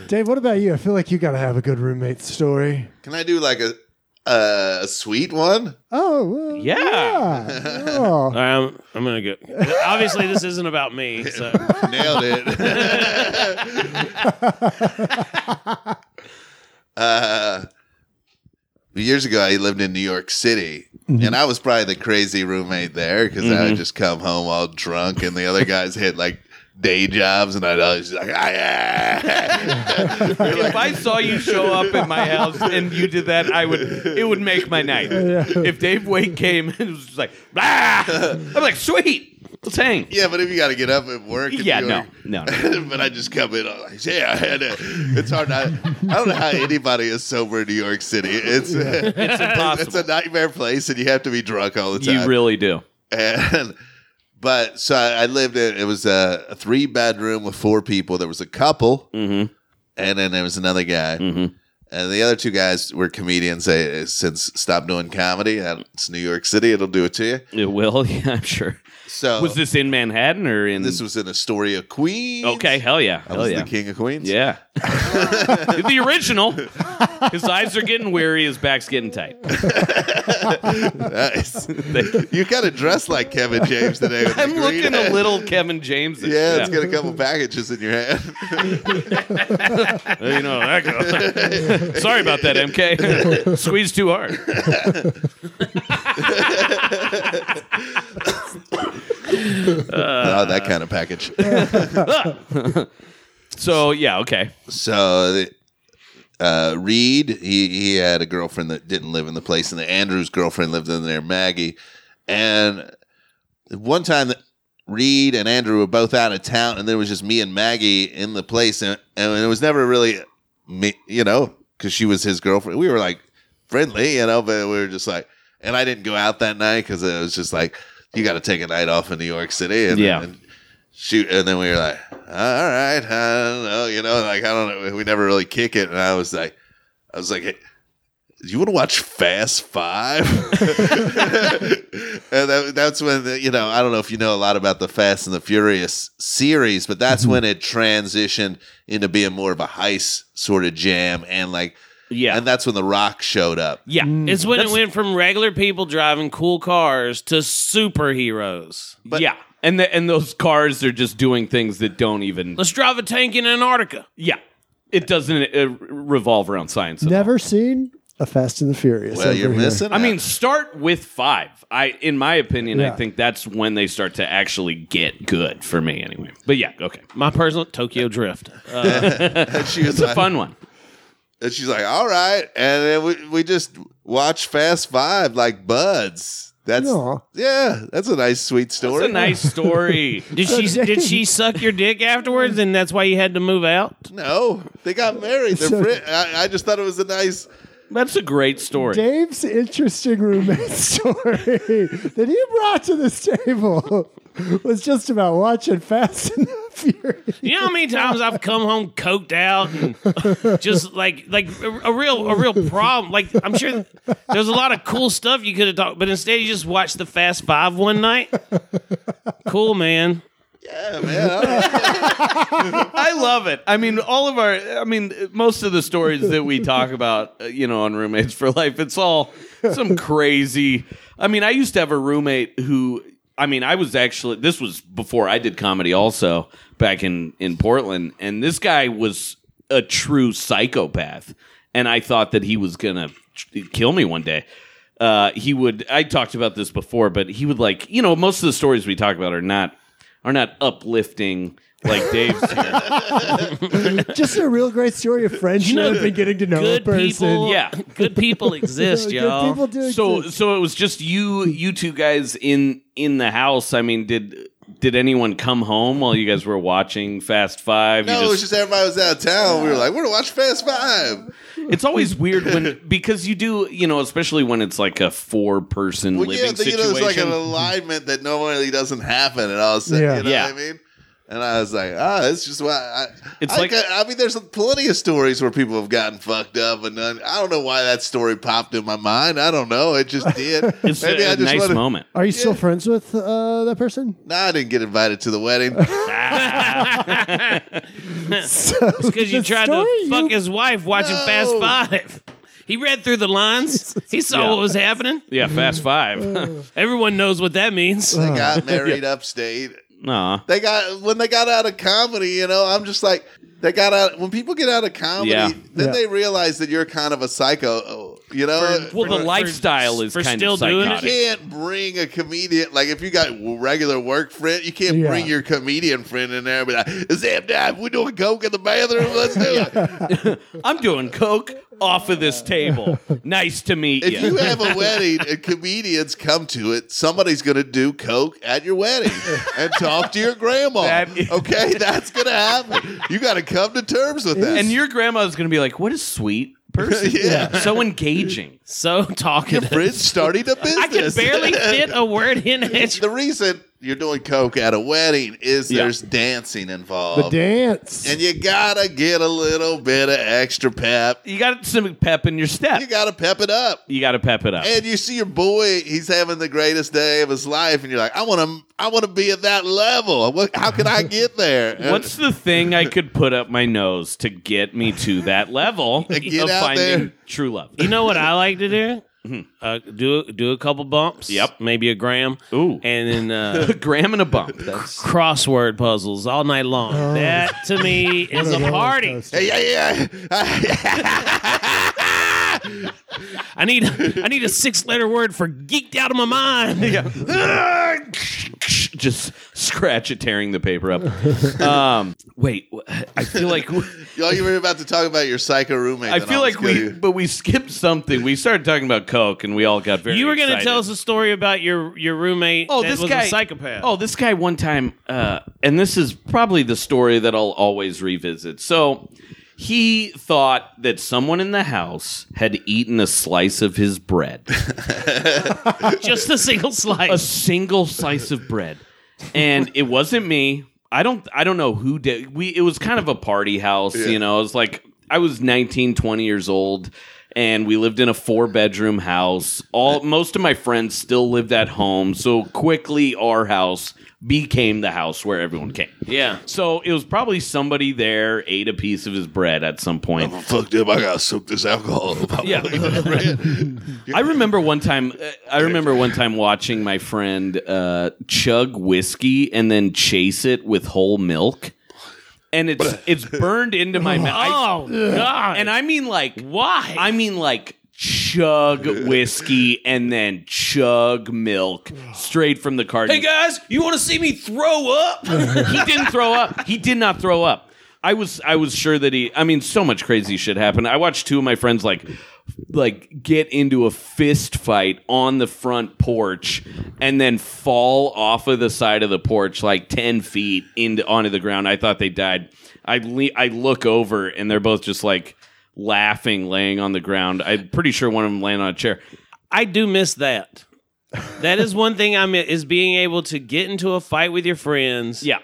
S3: Dave, what about you? I feel like you got to have a good roommate story.
S5: Can I do like a a sweet one?
S3: Oh well,
S4: Yeah.
S3: [laughs] yeah. Oh.
S4: All right, I'm, I'm gonna go. Obviously, this isn't about
S2: [laughs]
S4: me. So.
S5: Nailed it. uh, years ago, I lived in New York City,
S2: Mm-hmm.
S5: and I was probably the crazy roommate there because I would just come home all drunk, and the other guys hit like day jobs, and I'd always be like, "Ah, yeah." [laughs] We're
S2: [laughs] If
S5: like-
S2: I saw you show up at my house and you did that, I would. It would make my night. If Dave Wade came and was just like, "Blah," I'm like, "Sweet, let's hang."
S5: yeah, but if you got to get up at work, in
S2: Yeah,
S5: New
S2: no,
S5: York- [laughs]
S2: no, no.
S5: but I just come in all like, yeah, I had it. It's hard. Not, I don't know how anybody is sober in New York City. It's it's
S2: impossible.
S5: [laughs] It's a nightmare place, and you have to be drunk all the time.
S2: You really do.
S5: and but so I, I lived in it was a, a three bedroom with four people. There was a couple,
S2: Mm-hmm.
S5: and then there was another guy.
S2: Mhm.
S5: And the other two guys were comedians. They uh, since stopped doing comedy. Uh, It's New York City. It'll do it to you.
S2: It will, [laughs] yeah, I'm sure.
S5: So
S2: Was
S5: this,
S2: this in Manhattan or in?
S5: was in Astoria, Queens.
S2: okay. Hell yeah.
S5: I
S2: Hell
S5: was
S2: yeah.
S5: the king of Queens.
S2: Yeah. the original. His eyes are getting weary. His back's getting
S5: [laughs]
S2: tight. [laughs]
S5: Nice. [laughs] you kind of dress like Kevin James today. with
S2: I'm
S5: the green
S2: looking a
S5: hat.
S2: little Kevin James.
S5: [laughs] Yeah, it's got a couple packages in your hand.
S2: You know how that
S5: [laughs]
S2: goes. Sorry about that, MK. Squeezed too hard. Uh,
S5: oh, that kind of package.
S2: So yeah, okay.
S5: So, the- uh, Reed, he, he had a girlfriend that didn't live in the place, and the Andrews' girlfriend lived in there, Maggie. And one time, that Reed and Andrew were both out of town, and there was just me and Maggie in the place, and, and it was never really me, you know, because she was his girlfriend. We were like friendly, you know, but we were just like, and I didn't go out that night because it was just like, you got to take a night off in New York City, and,
S2: Yeah.
S5: and shoot, and then we were like, "Uh, all right, I don't know, you know, like I don't know, we never really kick it, and I was like, I was like. Hey, you want to watch Fast Five? [laughs] and Uh, that, that's when the, you know I don't know if you know a lot about the Fast and the Furious series, but that's
S2: Mm-hmm.
S5: when it transitioned into being more of a heist sort of jam, and like
S2: Yeah.
S5: and that's when The Rock showed up.
S2: yeah.
S4: It's when
S2: Mm. That's-
S4: it went from regular people driving cool cars to superheroes.
S5: But-
S2: yeah. And the, and those cars are just doing things that don't even.
S4: Let's drive a tank in Antarctica.
S2: Yeah. It doesn't uh, revolve around science. at all.
S3: Never seen a Fast and the Furious.
S5: Well,
S3: over
S5: you're
S3: here.
S5: missing.
S2: I
S5: out.
S2: mean, start with five. I, in my opinion, I
S3: Yeah.
S2: think that's when they start to actually get good for me, anyway. But yeah, okay,
S4: My personal Tokyo Drift. Uh,
S5: and she
S2: [laughs]
S5: was
S2: it's a
S5: like,
S2: fun one.
S5: and she's like, all right, and then we we just watch Fast Five like buds. That's
S3: Aw.
S5: yeah, that's a nice sweet story.
S2: It's a nice story.
S4: did she did she suck your dick afterwards, and that's why you had to move out?
S5: no, they got married. They're
S3: So-
S5: fri- I, I just thought it was a nice.
S2: that's a great story.
S3: Dave's interesting roommate [laughs] story that he brought to this table [laughs] was just about watching Fast and the Furious.
S4: You know how many times I've come home coked out and just like like a, a real a real problem. Like I'm sure there's a lot of cool stuff you could have talked, but instead you just watched the Fast Five one night. Cool, man.
S5: Yeah, man.
S2: [laughs]
S5: all right.
S2: I love it. I mean, all of our, I mean, most of the stories that we talk about, uh, you know, on Roommates for Life, it's all some crazy. I mean, I used to have a roommate who, I mean, I was actually, this was before I did comedy also back in, in Portland. And this guy was a true psychopath. And I thought that he was going to kill me one day. Uh, he would, I talked about this before, but he would like, you know, most of the stories we talk about are not, are not uplifting like Dave's here.
S3: Just a real great story of friendship and getting to know
S4: Good
S3: a person.
S4: people.
S2: Yeah.
S4: Good people
S3: Uh,
S4: exist, y'all.
S3: [laughs] Good people do
S2: so
S3: exist.
S2: so it was just you you two guys in in the house i mean did did anyone come home while you guys were watching fast five You
S5: No, it
S2: just-
S5: was just everybody was out of town. We were like, we're gonna watch Fast Five.
S2: it's
S5: [laughs]
S2: always weird when because you do you know especially when it's like a four person
S5: Well,
S2: living
S5: yeah, the, you
S2: situation
S5: know, it's like an alignment that normally doesn't happen, and all of a sudden,
S3: Yeah.
S5: you know
S2: Yeah.
S5: what I mean. And I was like, ah, it's just why. I,
S2: It's
S5: I
S2: like-
S5: got- I mean, there's plenty of stories where people have gotten fucked up, and none, I don't know why that story popped in my mind. I don't know, it just did.
S2: [laughs] it's a,
S5: I
S2: a nice
S5: wanna-
S2: moment
S3: Are you still friends with uh, that
S5: [laughs]
S3: person?
S5: Nah, I didn't get invited to the wedding.
S4: It's because you
S3: The
S4: tried
S3: story
S4: to
S3: you-
S4: fuck his wife watching
S5: No.
S4: Fast Five. He read through the
S3: [laughs]
S4: lines. He saw
S2: Yeah.
S4: what was happening.
S2: yeah fast five [laughs]
S4: Everyone knows what that means.
S3: [laughs]
S5: they got married upstate.
S2: no
S5: They got when they got out of comedy, you know, I'm just like they got out when people get out of comedy,
S2: Yeah.
S5: then
S3: Yeah.
S5: they realize that you're kind of a psycho, you know.
S2: well the
S4: for-
S2: lifestyle is
S4: for
S2: kind
S4: still
S2: of
S4: doing it?
S2: psychotic
S5: you can't bring a comedian like if you got regular work friend, you can't
S3: Yeah.
S5: bring your comedian friend in there. But like, is that that we doing coke in the bathroom?
S2: [laughs]
S5: Let's do it.
S2: i'm doing coke off of this table nice to meet
S5: If you
S2: you
S5: have a wedding and comedians come to it, somebody's going to do coke at your wedding and talk to your grandma.
S2: [laughs] That is-
S5: okay, that's going to happen. You got to come to terms with that.
S2: and your grandma's gonna be like what a sweet person
S5: [laughs] Yeah.
S2: so engaging
S4: So [laughs]
S5: Your
S2: [laughs]
S5: [laughs]
S4: talkative.
S5: friend's starting a business.
S4: I can barely fit a word in it.
S5: the reason you're doing coke at a wedding is
S2: Yeah.
S5: there's dancing
S3: The
S5: involved,
S3: dance.
S5: and you gotta get a little bit of extra pep.
S2: You got some pep in your step.
S5: You gotta pep it up.
S2: You got to pep it up.
S5: and you see your boy he's having the greatest day of his life and you're like i want to i want to be at that level what, how can i get there And
S2: What's the thing I could put up my nose to get me to that level
S5: Get
S2: of
S5: out
S2: finding
S5: there.
S2: true love?
S4: You know what I like to do? Uh, do do a couple bumps.
S2: Mm-hmm. Yep.
S4: maybe a gram.
S2: Ooh.
S4: and then
S2: A [laughs]
S4: uh,
S2: gram and a bump.
S5: [laughs]
S2: That's
S4: crossword puzzles all night long. That to [laughs] me is Oh. a
S3: Roller
S4: party.
S3: coaster.
S5: Hey, yeah, [laughs] yeah.
S4: I need I need a six letter word for geeked out of my mind.
S2: [laughs] just scratch it, tearing the paper up. Um, wait, wh- I feel like
S5: Y'all, you were about to talk about your psycho roommate.
S2: I
S5: that
S2: feel
S5: almost
S2: like we,
S5: killed you.
S2: but we skipped something. We started talking about coke, and we all got very.
S4: You were
S2: going
S4: gonna
S2: to
S4: tell us a story about your your roommate.
S2: Oh,
S4: that
S2: this
S4: was
S2: guy,
S4: a psychopath.
S2: Oh, this guy one time, uh, and this is probably the story that I'll always revisit. So he thought that someone in the house had eaten a slice of his bread,
S4: just [laughs] a single
S2: a
S4: slice.
S2: single slice of bread, and it wasn't me. I don't, I don't know who did. We, it was kind of a party house, you know. It was like I was 19, 20 years old. And we lived in a four bedroom house. All most of my friends still lived at home, so quickly our house became the house where everyone came.
S4: yeah.
S2: So it was probably somebody there ate a piece of his bread at some point.
S5: I'm fucked up. I gotta soak this alcohol. up. [laughs]
S2: Yeah. I remember one time. uh, I remember one time watching my friend uh, chug whiskey and then chase it with whole milk, and it's it's burned into my mouth.
S4: Oh God.
S2: I- and I mean like
S4: why?
S2: I mean like chug whiskey and then chug milk straight from the carton.
S4: guys, you want to see me throw up?
S2: he didn't throw up. He did not throw up. I was I was sure that he. I mean, so much crazy shit happened. I watched two of my friends like like get into a fist fight on the front porch and then fall off of the side of the porch like ten feet into onto the ground. I thought they died. I le- I look over and they're both just like laughing, laying on the ground. I'm pretty sure one of them laying on a chair.
S4: I do miss that. That is one thing I miss is being able to get into a fight with your friends.
S2: Yeah.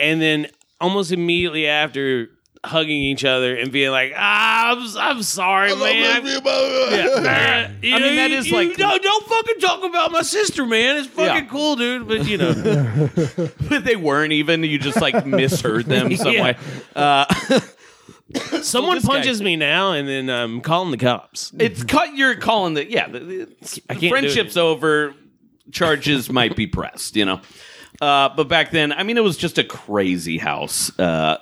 S4: and then almost immediately after hugging each other and being like, ah, I'm,
S2: [laughs]
S4: I'm sorry, man. [laughs] I
S2: I mean, that is like-
S4: don't, don't fucking talk about my sister, man. It's fucking
S2: Yeah.
S4: cool, dude. But you know,
S2: [laughs] But they weren't even. You just like misheard them some
S4: Yeah.
S2: way. Uh,
S4: someone
S2: this guy-
S4: punches me now, and then I'm calling the cops.
S2: [laughs] It's cut. You're calling the yeah. The, the-
S4: I can't do it
S2: friendship's over. Charges might be pressed. You know. Uh, but back then, I mean, it was just a crazy house. Uh,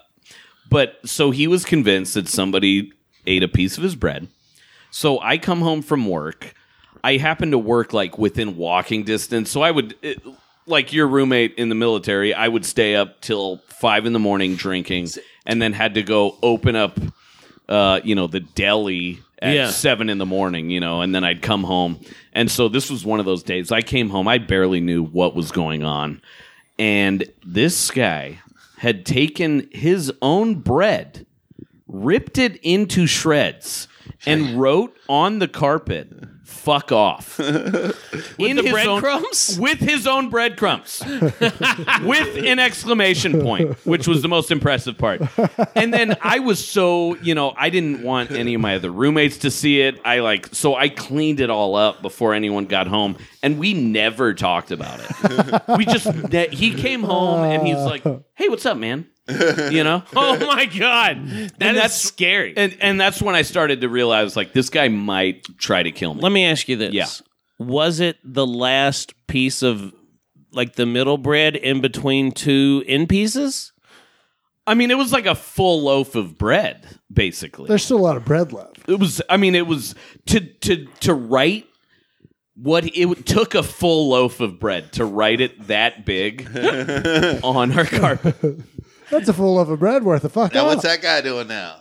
S2: but so he was convinced that somebody ate a piece of his bread. So I come home from work. I happen to work like within walking distance. So I would, it, like your roommate in the military, I would stay up till five in the morning drinking and then had to go open up, uh, you know, the deli at
S4: Yeah.
S2: seven in the morning, you know, and then I'd come home. And so this was one of those days. I came home, I barely knew what was going on. And this guy had taken his own bread ripped it into shreds and wrote on the carpet "fuck
S4: [laughs]
S2: off" with
S4: the breadcrumbs? [laughs]
S2: with his own breadcrumbs, [laughs] with an exclamation point, which was the most impressive part. And then I was so you know I didn't want any of my other roommates to see it. I like so I cleaned it all up before anyone got home, and we never talked about it. we just
S4: [laughs]
S2: ne- he came home and he's like, "Hey, what's up, man?" You
S4: [laughs]
S2: know,
S4: Oh my god, that is
S2: that's-
S4: scary.
S2: and and that's when I started to realize like this guy might try to kill me.
S4: Let me ask you this:
S2: Yeah.
S4: Was it the last piece of like the middle bread in between two end pieces?
S2: I mean, it was like a full loaf of bread, basically.
S3: There's still a lot of bread left.
S2: it was. I mean, it was to to to write what it took a full loaf of bread to write it that big on her carpet.
S3: That's a full loaf of bread worth of fuck
S5: [laughs] Now,
S3: off.
S5: what's that guy doing now?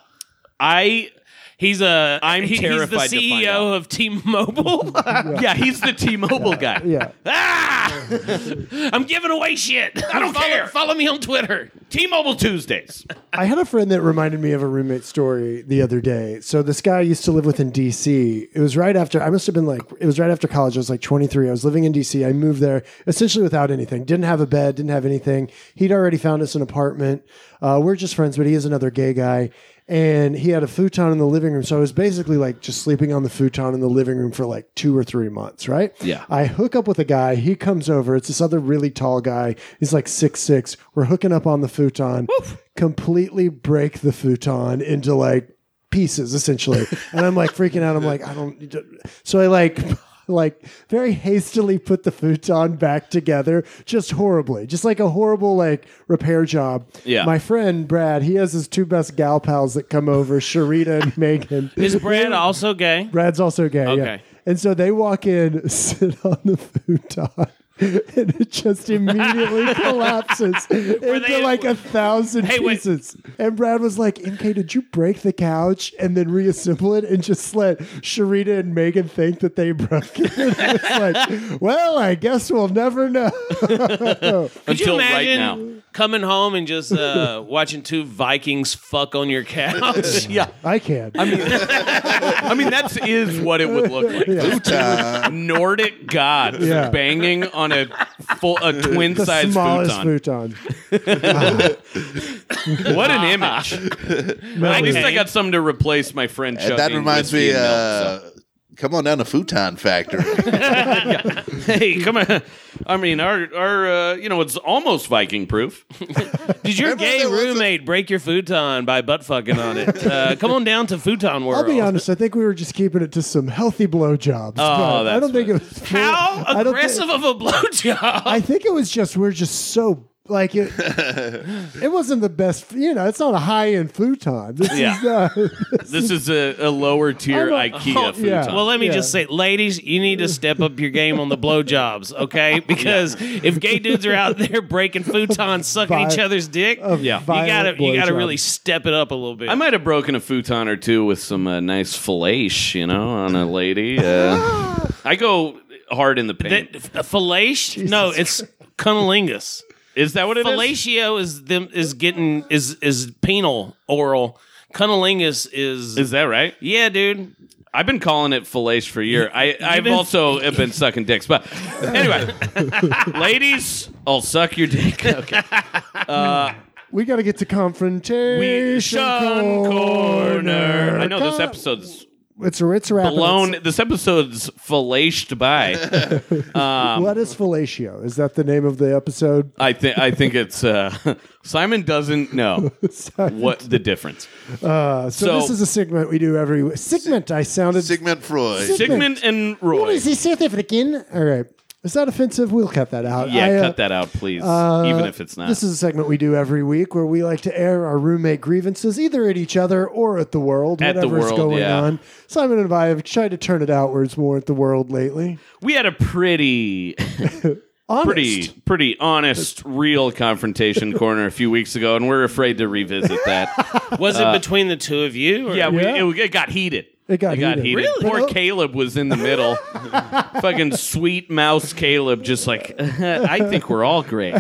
S2: I
S4: He's a.
S2: I'm
S4: he-
S2: terrified to
S4: He's
S2: find
S4: the CEO
S2: out.
S4: [laughs] of T-Mobile.
S2: yeah, he's the T-Mobile guy.
S3: Yeah.
S2: Ah!
S4: I'm giving away shit. I don't care. Follow me on Twitter.
S2: T-Mobile Tuesdays.
S3: I had a friend that reminded me of a roommate story the other day. So this guy I used to live with in DC. It was right after I must have been like it was right after college. I was like 23. I was living in DC. I moved there essentially without anything. Didn't have a bed. Didn't have anything. He'd already found us an apartment. Uh, we're just friends, but he is another gay guy, and he had a futon in the living room. So I was basically like just sleeping on the futon in the living room for like two or three months. Right?
S2: Yeah.
S3: I hook up with a guy. He comes over. It's this other really tall guy. He's like six six. We're hooking up on the futon. Completely break the futon into like pieces,
S2: [laughs]
S3: essentially. and I'm like freaking out. I'm like, I don't. So I like. [laughs] Like very hastily put the futon back together, just horribly, just like a horrible like repair job.
S2: Yeah.
S3: my friend Brad, he has his two best gal pals that come over, Sharita
S4: [laughs]
S3: and Megan.
S4: Is [laughs] Brad also gay?
S3: Brad's also gay. Yeah.
S4: Okay.
S3: And so they walk in, [laughs] sit on the futon, and it just
S4: [laughs]
S3: immediately collapses into
S4: they-
S3: like a thousand
S4: Hey, wait.
S3: pieces. And Brad was like, MK, did you break the couch and then reassemble it and just let Sharita and Megan think that they broke it? [laughs] it's like, well, I guess we'll never know.
S4: Could you
S2: Until right
S4: imagine
S2: now.
S4: coming home and just [laughs] uh, watching two Vikings fuck on your [laughs] couch?
S2: Yeah.
S3: I can. I mean,
S2: I mean, that is what it would look like.
S5: Futon.
S2: Nordic gods
S3: Yeah.
S2: banging on a full a twin
S3: the
S2: size
S3: smallest
S2: futon.
S3: futon.
S2: What an [laughs] image! At least I got something to replace my friend.
S5: And that
S2: chugging
S5: reminds
S2: whiskey
S5: me.
S2: and milk, so.
S5: Uh, Come on down to Futon Factory. [laughs]
S2: Hey, come on! I mean, our our uh, you know it's almost Viking proof. [laughs]
S4: Did your
S5: Remember
S4: gay
S5: there was a-
S4: roommate break your futon by butt fucking on
S3: [laughs]
S4: it? Uh, come on down to Futon World.
S3: I'll be honest. I think we were just keeping it to some healthy blowjobs. but I
S2: Oh, that's
S3: don't think it was. full-
S4: How
S3: I don't thi-
S4: aggressive of a [laughs] blowjob!
S3: I think it was just we're just so like
S2: [laughs]
S3: it. it wasn't the best. You know, it's not a high end futon. This
S2: Yeah.
S3: is uh,
S2: This is a, a lower tier
S3: I'm a-
S2: IKEA futon.
S3: yeah.
S4: Well, let me
S3: Yeah.
S4: just say, ladies, you need to step up your game on the blowjobs,
S2: [laughs]
S4: okay? Because if gay dudes are out there breaking futons, sucking
S3: Vi-
S4: each other's dick, you
S2: Yeah.
S4: gotta
S3: violent
S4: you gotta
S3: blowjob.
S4: really step it up a little bit.
S2: I might have broken a futon or two with some uh, nice fellage, you know, on a lady. Uh, I go hard in the paint.
S4: that, fellation? No, it's cunnilingus.
S2: Is that what it is?
S4: Fellatio is them is getting is is penal oral. Cunnilingus is,
S2: Is that right?
S4: yeah, dude.
S2: I've been calling it fellage for a year. I, I've
S4: been-
S2: also have been sucking dicks, but [laughs] anyway, ladies, I'll suck your dick. [laughs] Okay.
S3: we got to get to confrontation
S2: Shun corner. I know this
S3: Con-
S2: episode's
S3: It's it's rapid.
S2: blown. This episode's fellaged by.
S3: what is fellatio? Is that the name of the episode? [laughs]
S2: I think. I think it's uh, [laughs] Simon doesn't know what the difference.
S3: Uh, so,
S2: So-
S3: this is a segment we do every segment. I sounded.
S5: Sigmund Freud.
S2: Sigmund and Roy.
S3: what is he South African? All right. Is that offensive? We'll cut that out.
S2: Yeah,
S3: I, uh,
S2: cut that out, please. Even if it's not.
S3: This is a segment we do every week where we like to air our roommate grievances either at each other or at the world,
S2: At the
S3: whatever's
S2: world,
S3: going
S2: yeah.
S3: on. Simon and I have tried to turn it outwards more at the world lately.
S2: we had a pretty,
S3: Honest.
S2: pretty, pretty honest, real confrontation corner a few weeks ago, and we're afraid to revisit that.
S3: [laughs]
S4: Was it between the two of you? Or?
S2: Uh, yeah, we,
S3: Yeah.
S2: It, it got heated.
S3: It got heated. Really?
S2: Poor
S3: But-
S2: Caleb was in
S3: [laughs]
S2: the middle. Fucking sweet mouse Caleb, just like [laughs] I think we're all great.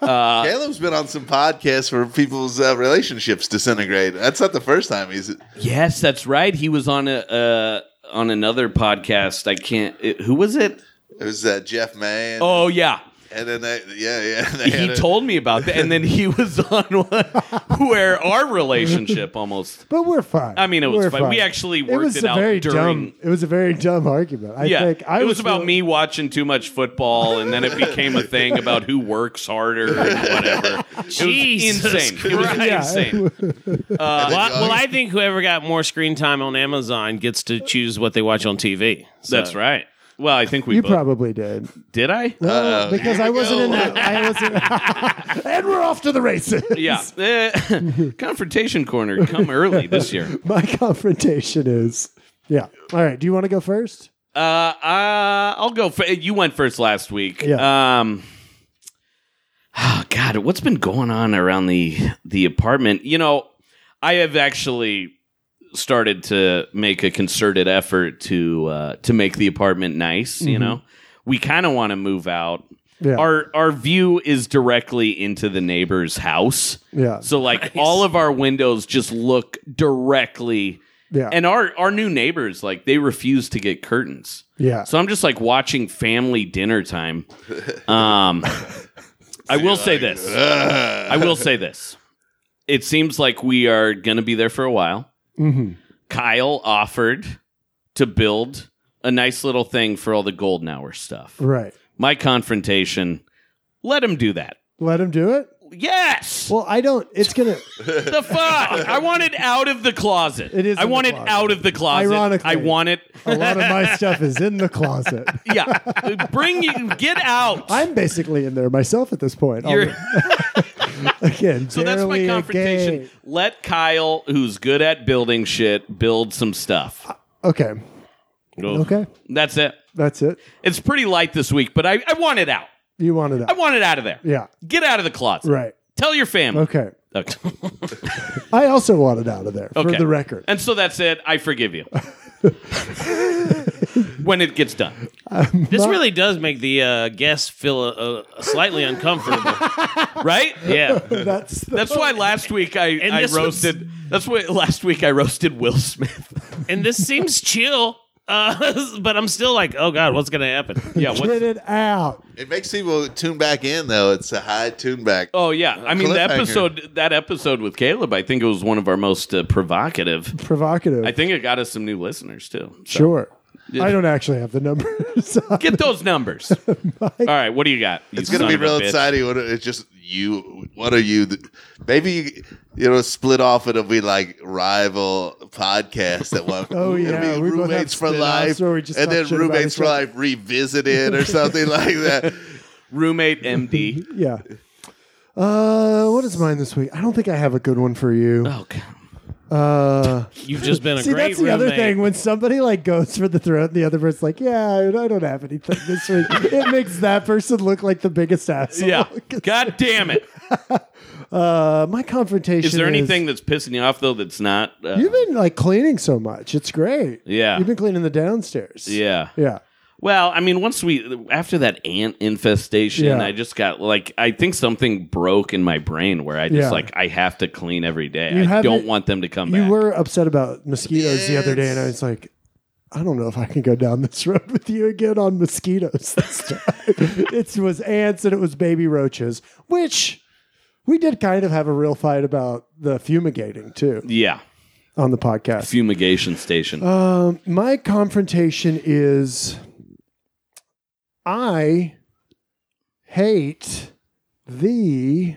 S5: Caleb's been on some podcasts where people's uh, relationships disintegrate. That's not the first time he's.
S2: Yes, that's right. He was on a uh, on another podcast. I can't. It, who was it?
S5: It was uh, Jeff Mann.
S2: Oh yeah,
S5: and then they, yeah, yeah. They had
S2: he
S5: a-
S2: told me about that, and then he was [laughs] on one where our relationship almost.
S3: But we're fine.
S2: I mean, it was
S3: We're
S2: fine. We actually
S3: it
S2: worked
S3: was
S2: it
S3: a
S2: out
S3: very
S2: during-
S3: dumb. It was a very dumb argument. I
S2: Yeah,
S3: think I
S2: it was, about
S3: feeling-
S2: me watching too much football, and then it became a thing about who works harder and whatever.
S4: [laughs] Jesus
S2: it was insane. It was
S3: [laughs]
S4: Christ.
S2: insane.
S5: and then
S4: Well, I-
S5: y'all-
S2: [laughs]
S4: well, I think whoever got more screen time on Amazon gets to choose what they watch on TV. So-
S2: That's right. Well, I think we
S3: You
S2: both-
S3: probably did.
S2: did. I
S5: Uh-oh,
S3: because
S5: Oh, here
S3: I
S5: we
S3: wasn't
S5: go.
S3: in that. I wasn't. [laughs] and we're off to the races.
S2: yeah. Eh, [laughs] confrontation corner come early this year.
S3: [laughs] My confrontation is. Yeah. All right. Do you want to go first?
S2: Uh, uh I'll go. For, you went first last week.
S3: Yeah.
S2: Um. Oh God, what's been going on around the the apartment? You know, I have actually started to make a concerted effort to uh, to make the apartment nice. You know, we kind of want to move out.
S3: Mm-hmm. Yeah.
S2: Our our view is directly into the neighbor's house.
S3: Yeah. [laughs]
S2: So like all of our windows just look directly
S3: Yeah.
S2: and our our new neighbors like they refuse to get curtains.
S3: yeah.
S2: So I'm just like watching family dinner time. Um I will say this.
S5: uh,
S2: I will say this. It seems like we are going to be there for a while.
S3: hmm
S2: Kyle offered to build a nice little thing for all the golden hour stuff.
S3: Right.
S2: My confrontation, let him do that.
S3: Let him do it.
S2: Yes.
S3: Well, I don't. It's gonna.
S2: the fuck? I want it out of the closet.
S3: It is
S2: I
S3: in the
S2: want it
S3: closet.
S2: out of the closet.
S3: Ironically.
S2: I want it.
S3: [laughs] a lot of my stuff is in the closet.
S2: Yeah. Bring you get out.
S3: I'm basically in there myself at this point.
S2: You're-
S3: Although- again,
S2: so that's my
S3: barely a
S2: confrontation.
S3: game.
S2: Let Kyle, who's good at building shit, build some stuff.
S3: Okay. Uh, Okay.
S2: That's it.
S3: That's it.
S2: It's pretty light this week, but I, I want it out.
S3: You wanted
S2: I
S3: that.
S2: want it out of there.
S3: Yeah.
S2: Get out of the closet.
S3: Right.
S2: Tell your family.
S3: Okay.
S2: Okay.
S3: I also wanted out of there
S2: Okay.
S3: for the record.
S2: And so that's it. I forgive you. when it gets done.
S4: This really does make the uh, guests feel uh, uh, slightly uncomfortable.
S2: [laughs] Right?
S4: yeah.
S3: [laughs] That's the,
S2: That's why last week I, I
S4: this was-
S2: roasted that's why last week I roasted Will Smith.
S4: And this seems chill, uh, [laughs] but I'm still like, oh God, what's going to happen?
S2: Yeah, what
S3: get it out.
S5: It makes people tune back in though. It's a high tune back.
S2: Oh yeah. I mean the
S5: Cliffhanger.
S2: episode that episode with Caleb, I think it was one of our most uh, provocative.
S3: Provocative.
S2: I think it got us some new listeners too. So
S3: sure. I don't actually have the [laughs] numbers.
S2: get
S3: [laughs]
S2: those numbers. All right, what do you got? you
S5: It's gonna
S2: son
S5: be
S2: of a
S5: real
S2: bitch?
S5: exciting. What it's just you. What are you? th- Maybe you, you know, split off. and It'll be like rival podcasts that one.
S3: [laughs] Oh, yeah,
S5: it'll
S3: we
S5: be
S3: both have
S5: roommates for
S3: spin-offs
S5: life,
S3: where we just
S5: and
S3: talk
S5: then
S3: shit about
S5: roommates
S3: each
S5: for
S3: other.
S5: life revisited or something
S3: [laughs]
S5: like that.
S2: Roommate MD.
S3: yeah. Uh, what is mine this week? I don't think I have a good one for you.
S2: Oh god.
S3: Uh,
S4: You've
S2: [laughs]
S4: just been a
S3: see,
S4: great
S3: that's the other
S4: roommate.
S3: thing. When somebody like goes for the throat, and the other person's like, "Yeah, I I don't have anything this week." it makes that person look like the biggest asshole.
S2: Yeah. God damn it.
S3: Uh, my confrontation.
S2: Is there anything that's pissing you off though that's not uh,
S3: You've been like cleaning so much. It's great.
S2: Yeah.
S3: You've been cleaning the downstairs.
S2: Yeah.
S3: Yeah.
S2: Well, I mean, once we after that ant infestation,
S3: Yeah.
S2: I just got like I think something broke in my brain where I just
S3: Yeah.
S2: like I have to clean every day.
S3: You
S2: I
S3: haven't-
S2: don't want them to come
S3: You
S2: back.
S3: were upset about mosquitoes the other day, and I
S5: Yes.
S3: was like, I don't know if I can go down this [laughs] road with you again on mosquitoes this
S2: [laughs]
S3: time. it was ants and it was baby roaches, which we did kind of have a real fight about the fumigating too
S2: yeah,
S3: on the podcast.
S2: fumigation station.
S3: Um, my confrontation is I hate the.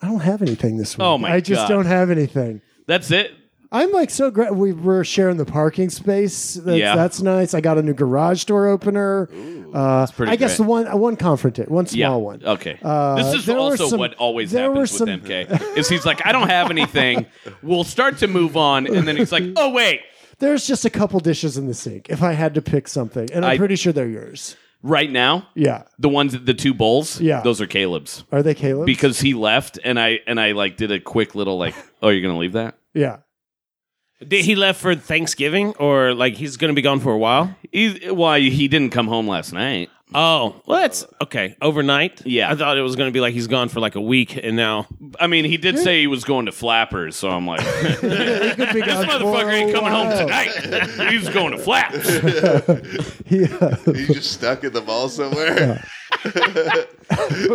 S3: I don't have anything this week.
S2: Oh my
S3: I just
S2: God.
S3: don't have anything.
S2: That's it.
S3: I'm like so great. We were sharing the parking space. That's,
S2: Yeah.
S3: that's nice. I got a new garage door opener. uh,
S2: pretty
S3: I guess
S2: great.
S3: the one uh, one confrontant, one small
S2: Yeah.
S3: one.
S2: Okay.
S3: Uh,
S2: this is
S3: there were
S2: also
S3: some-
S2: what always
S3: there were
S2: happens
S3: some-
S2: with MK. Is he's like, I don't
S3: [laughs]
S2: have anything. we'll start to move on, and then he's like, Oh wait,
S3: There's just a couple dishes in the sink. If I had to pick something, and I'm
S2: I-
S3: pretty sure they're yours.
S2: right now
S3: Yeah,
S2: the ones the two bowls.
S3: Yeah.
S2: those are Caleb's
S3: are they Caleb?
S2: because he left, and I and I like did a quick
S3: [laughs]
S2: little like, Oh, you're gonna leave that?
S3: yeah,
S4: Did he left for Thanksgiving or like he's going to be gone for a while?
S2: He, why he didn't come home last night?
S4: Oh, well, that's okay. Overnight?
S2: Yeah.
S4: I thought it was going to be like he's gone for like a week and now.
S2: I mean, he did say he was going to Flappers, so
S3: [laughs]
S2: I'm like, this
S3: He could be gone for
S2: motherfucker
S3: a
S2: ain't coming home
S3: while.
S2: tonight. He's going to Flaps.
S3: Yeah.
S5: [laughs] You just stuck in the mall somewhere.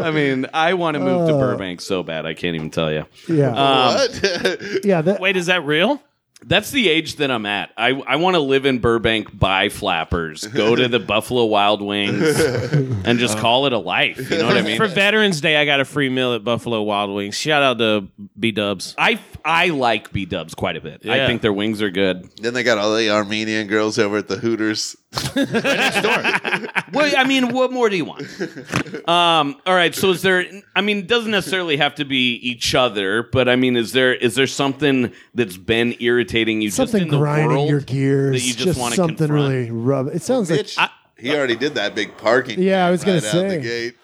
S2: I mean, I want to move to
S3: Uh.
S2: Burbank so bad, I can't even tell you.
S3: Yeah.
S5: [laughs]
S2: Uh,
S5: what? [laughs]
S3: yeah. That,
S4: Wait, is that real?
S2: That's the age that I'm at. I, I want to live in Burbank, buy Flappers, go to the Buffalo Wild Wings, and just call it a life. You know what
S3: [laughs]
S2: I mean?
S4: For Veterans Day, I got a free meal at Buffalo Wild Wings. Shout out to B Dubs.
S2: I, I like B Dubs quite a bit. I
S4: Yeah.
S2: think their wings are good.
S5: then they got all the Armenian girls over at the Hooters.
S2: Well, I mean, what more do you want? Um, all right. So, is there? I mean, it doesn't necessarily have to be each other, but I mean, is there is there something that's been irritating you
S3: something
S2: just in the
S3: grinding
S2: world
S3: your gears.
S2: that you just, want to
S3: something
S2: confront?
S3: really rub. It sounds like
S5: Bitch, he already did that big parking.
S3: Yeah, I was
S5: right
S3: gonna
S5: out the
S3: say.
S5: gate.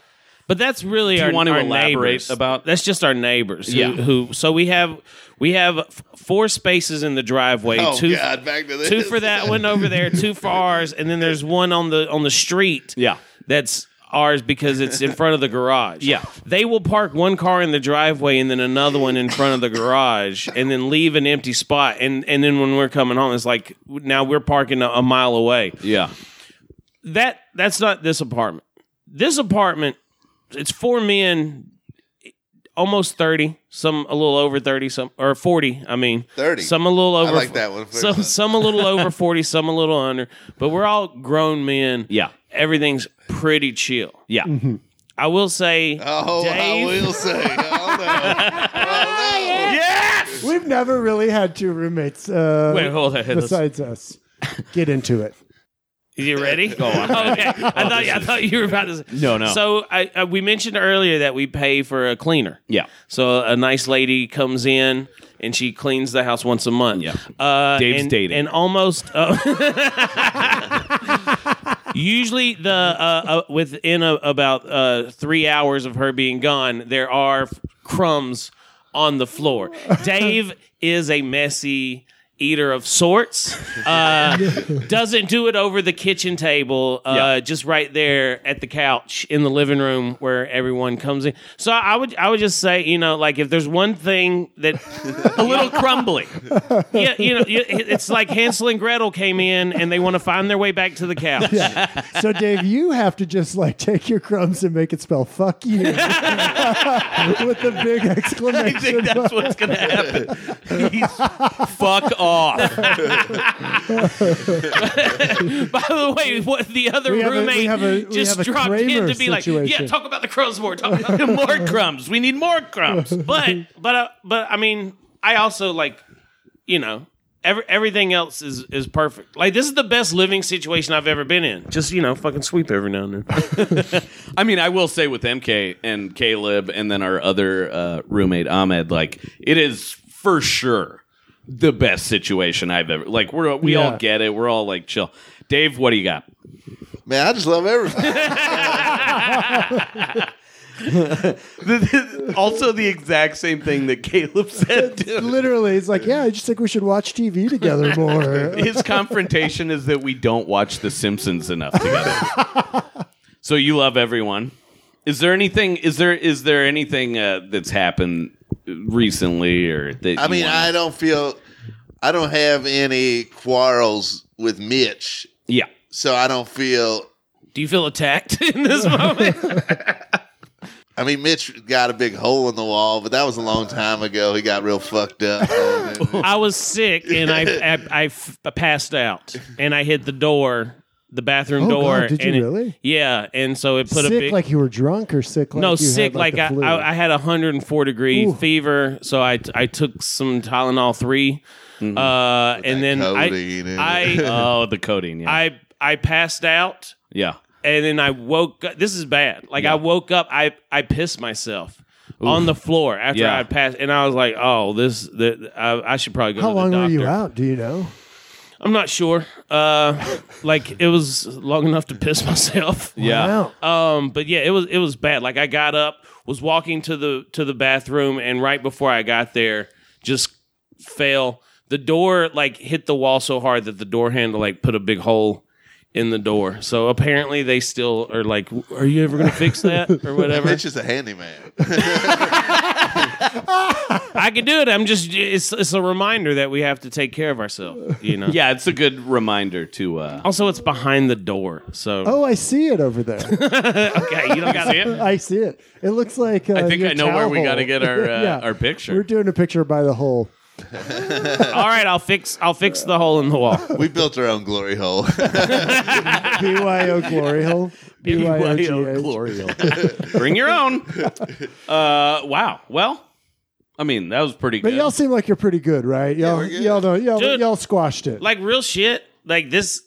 S4: But that's really
S2: you
S4: our,
S2: want to
S4: our
S2: elaborate
S4: neighbors.
S2: about-
S4: that's just our neighbors. Who,
S2: Yeah.
S4: who so we have we have f- four spaces in the driveway.
S5: Oh
S4: two
S5: God, back to this.
S4: two
S2: [laughs]
S4: for that one over there, two for ours, and then there's one on the on the street.
S2: Yeah.
S4: That's ours because it's in front of the garage.
S2: Yeah.
S4: They will park one car in the driveway and then another one in front of the garage and then leave an empty spot and and then when we're coming home it's like now we're parking a, a mile away.
S2: Yeah.
S4: That that's not this apartment. This apartment it's four men almost 30, some a little over 30, some or 40, I mean.
S5: 30.
S4: Some a little over
S5: I like that one.
S4: some some
S5: [laughs]
S4: a little over 40, some a little under, but we're all grown men.
S2: Yeah.
S4: Everything's pretty chill.
S2: Yeah.
S3: Mm-hmm.
S4: I will say
S5: [laughs] Oh,
S4: Dave-
S5: I will say. Oh
S4: [laughs]
S5: no. Oh,
S2: Yes.
S3: We've never really had two roommates uh,
S2: Wait, hold on. Let's-
S3: besides us. Get into
S2: [laughs]
S3: it.
S4: You
S5: [laughs]
S4: ready? Go on. [laughs] okay. I thought I thought you were about to. Say.
S2: No, no.
S4: So I, I we mentioned earlier that we pay for a cleaner.
S2: Yeah.
S4: So a nice lady comes in and she cleans the house once a month.
S2: Yeah.
S4: Uh,
S2: Dave's
S4: and,
S2: dating.
S4: and almost. Uh, [laughs] Usually, the uh, uh, within a, about uh, three hours of her being gone, there are crumbs on the floor. Dave is a messy eater of sorts. Uh,
S3: [laughs]
S4: doesn't do it over the kitchen table, uh,
S2: Yeah.
S4: just right there at the couch in the living room where everyone comes in. So I would, I would just say, you know, like if there's one thing
S3: [laughs]
S4: that
S2: A little crumbly.
S4: [laughs] yeah, you know, you- it's like Hansel and Gretel came in and they want to find their way back to the couch.
S3: So, Dave, you have to just like take your crumbs and make it spell fuck
S2: [laughs]
S3: you with a big
S2: I think
S3: exclamation.
S2: that's what's gonna happen. He's, fuck off.
S4: [laughs] By the way, what the other
S3: We have a- we
S4: roommate
S3: have a- we
S4: just
S3: have a
S4: dropped in
S3: Kramer
S4: to be like,
S3: situation.
S4: yeah, talk about the crows more. Talk about the
S2: more crumbs. We need more crumbs.
S4: but
S3: [laughs]
S4: but uh, but I mean, I also like, you know, every, everything else is is perfect. Like this is the best living situation I've ever been in. Just you know, fucking sweep every now and then.
S2: [laughs]
S4: [laughs]
S2: I mean, I will say with MK and Caleb and then our other uh, roommate Ahmed, like it is for sure the best situation I've ever. Like we're we
S3: Yeah.
S2: all get it. We're all like chill. Dave, what do you got?
S5: no. Man, I just love
S4: [laughs]
S5: everything.
S2: [laughs] also, the exact same thing that Caleb said.
S3: Literally, it's like, yeah, I just think we should watch TV together
S2: [laughs]
S3: more.
S2: His confrontation is that we don't watch The Simpsons enough together. so you love everyone. Is there anything? Is there is there anything uh, that's happened recently or that?
S5: I
S2: you
S5: mean,
S2: wanna-
S5: I don't feel. I don't have any quarrels with Mitch,
S2: yeah.
S5: so I don't feel.
S4: Do you feel attacked [laughs] in this moment?
S3: [laughs]
S5: I mean, Mitch got a big hole in the wall, but that was a long time ago. He got real fucked up.
S4: [laughs] I was sick and I I, I f- I passed out and I hit the door, the bathroom
S3: Oh,
S4: door.
S3: God, did you
S4: and it-
S3: really?
S4: yeah, and so it put
S3: sick
S4: a big
S3: like you were drunk or sick like
S4: no
S3: you
S4: sick
S3: had, like,
S4: like,
S3: the flu?
S4: I, I, I had a 104 degree
S3: Ooh.
S4: fever so i i took some tylenol 3 uh and then
S5: codeine
S2: [laughs]
S5: in [laughs]
S4: i i
S2: Oh, the coding. Yeah.
S4: i i passed out
S2: yeah.
S4: and then i woke up this is bad like i woke up i i pissed myself on the floor after
S2: Yeah.
S4: i passed and i was like oh this the, I, I should probably go
S3: How
S4: to
S3: long
S4: the
S3: were
S4: doctor
S3: you out? Do you know?
S4: i'm not sure uh like it was long enough to piss [laughs] myself
S2: Yeah.
S3: Wow.
S4: Um, but yeah, it was it was bad. Like I got up, was walking to the to the bathroom, and right before I got there, just fell. The door like hit the wall so hard that the door handle like put a big hole in the door. So apparently they still are like, "Are you ever gonna fix that or whatever?"
S5: Mitch is a handyman.
S4: I can do it. I'm just it's it's a reminder that we have to take care of ourselves. You know.
S2: Yeah, it's a good reminder to. Uh,
S4: Also, it's behind the door, so
S3: Oh, I see it over
S2: [laughs]
S3: there.
S4: [laughs] okay, you don't got it.
S3: I see it. It looks like. Uh,
S2: I think
S3: your
S2: I know where
S3: towel
S2: we got to
S3: hole.
S2: get our uh,
S3: [laughs] Yeah.
S2: our picture.
S3: We're doing a picture by the
S2: [laughs]
S3: hole.
S4: All right, I'll fix I'll fix the hole in the wall.
S5: we built our own glory hole. [laughs]
S3: BYO glory
S2: [laughs]
S3: hole. BYO
S2: Bring your own. Uh, wow. Well, I mean, that was
S3: [laughs]
S2: pretty
S3: But
S2: good.
S3: y'all seem like you're pretty good, right? Y'all,
S5: we're good.
S3: y'all know, y'all,
S4: Dude.
S3: y'all squashed it.
S4: like real shit like this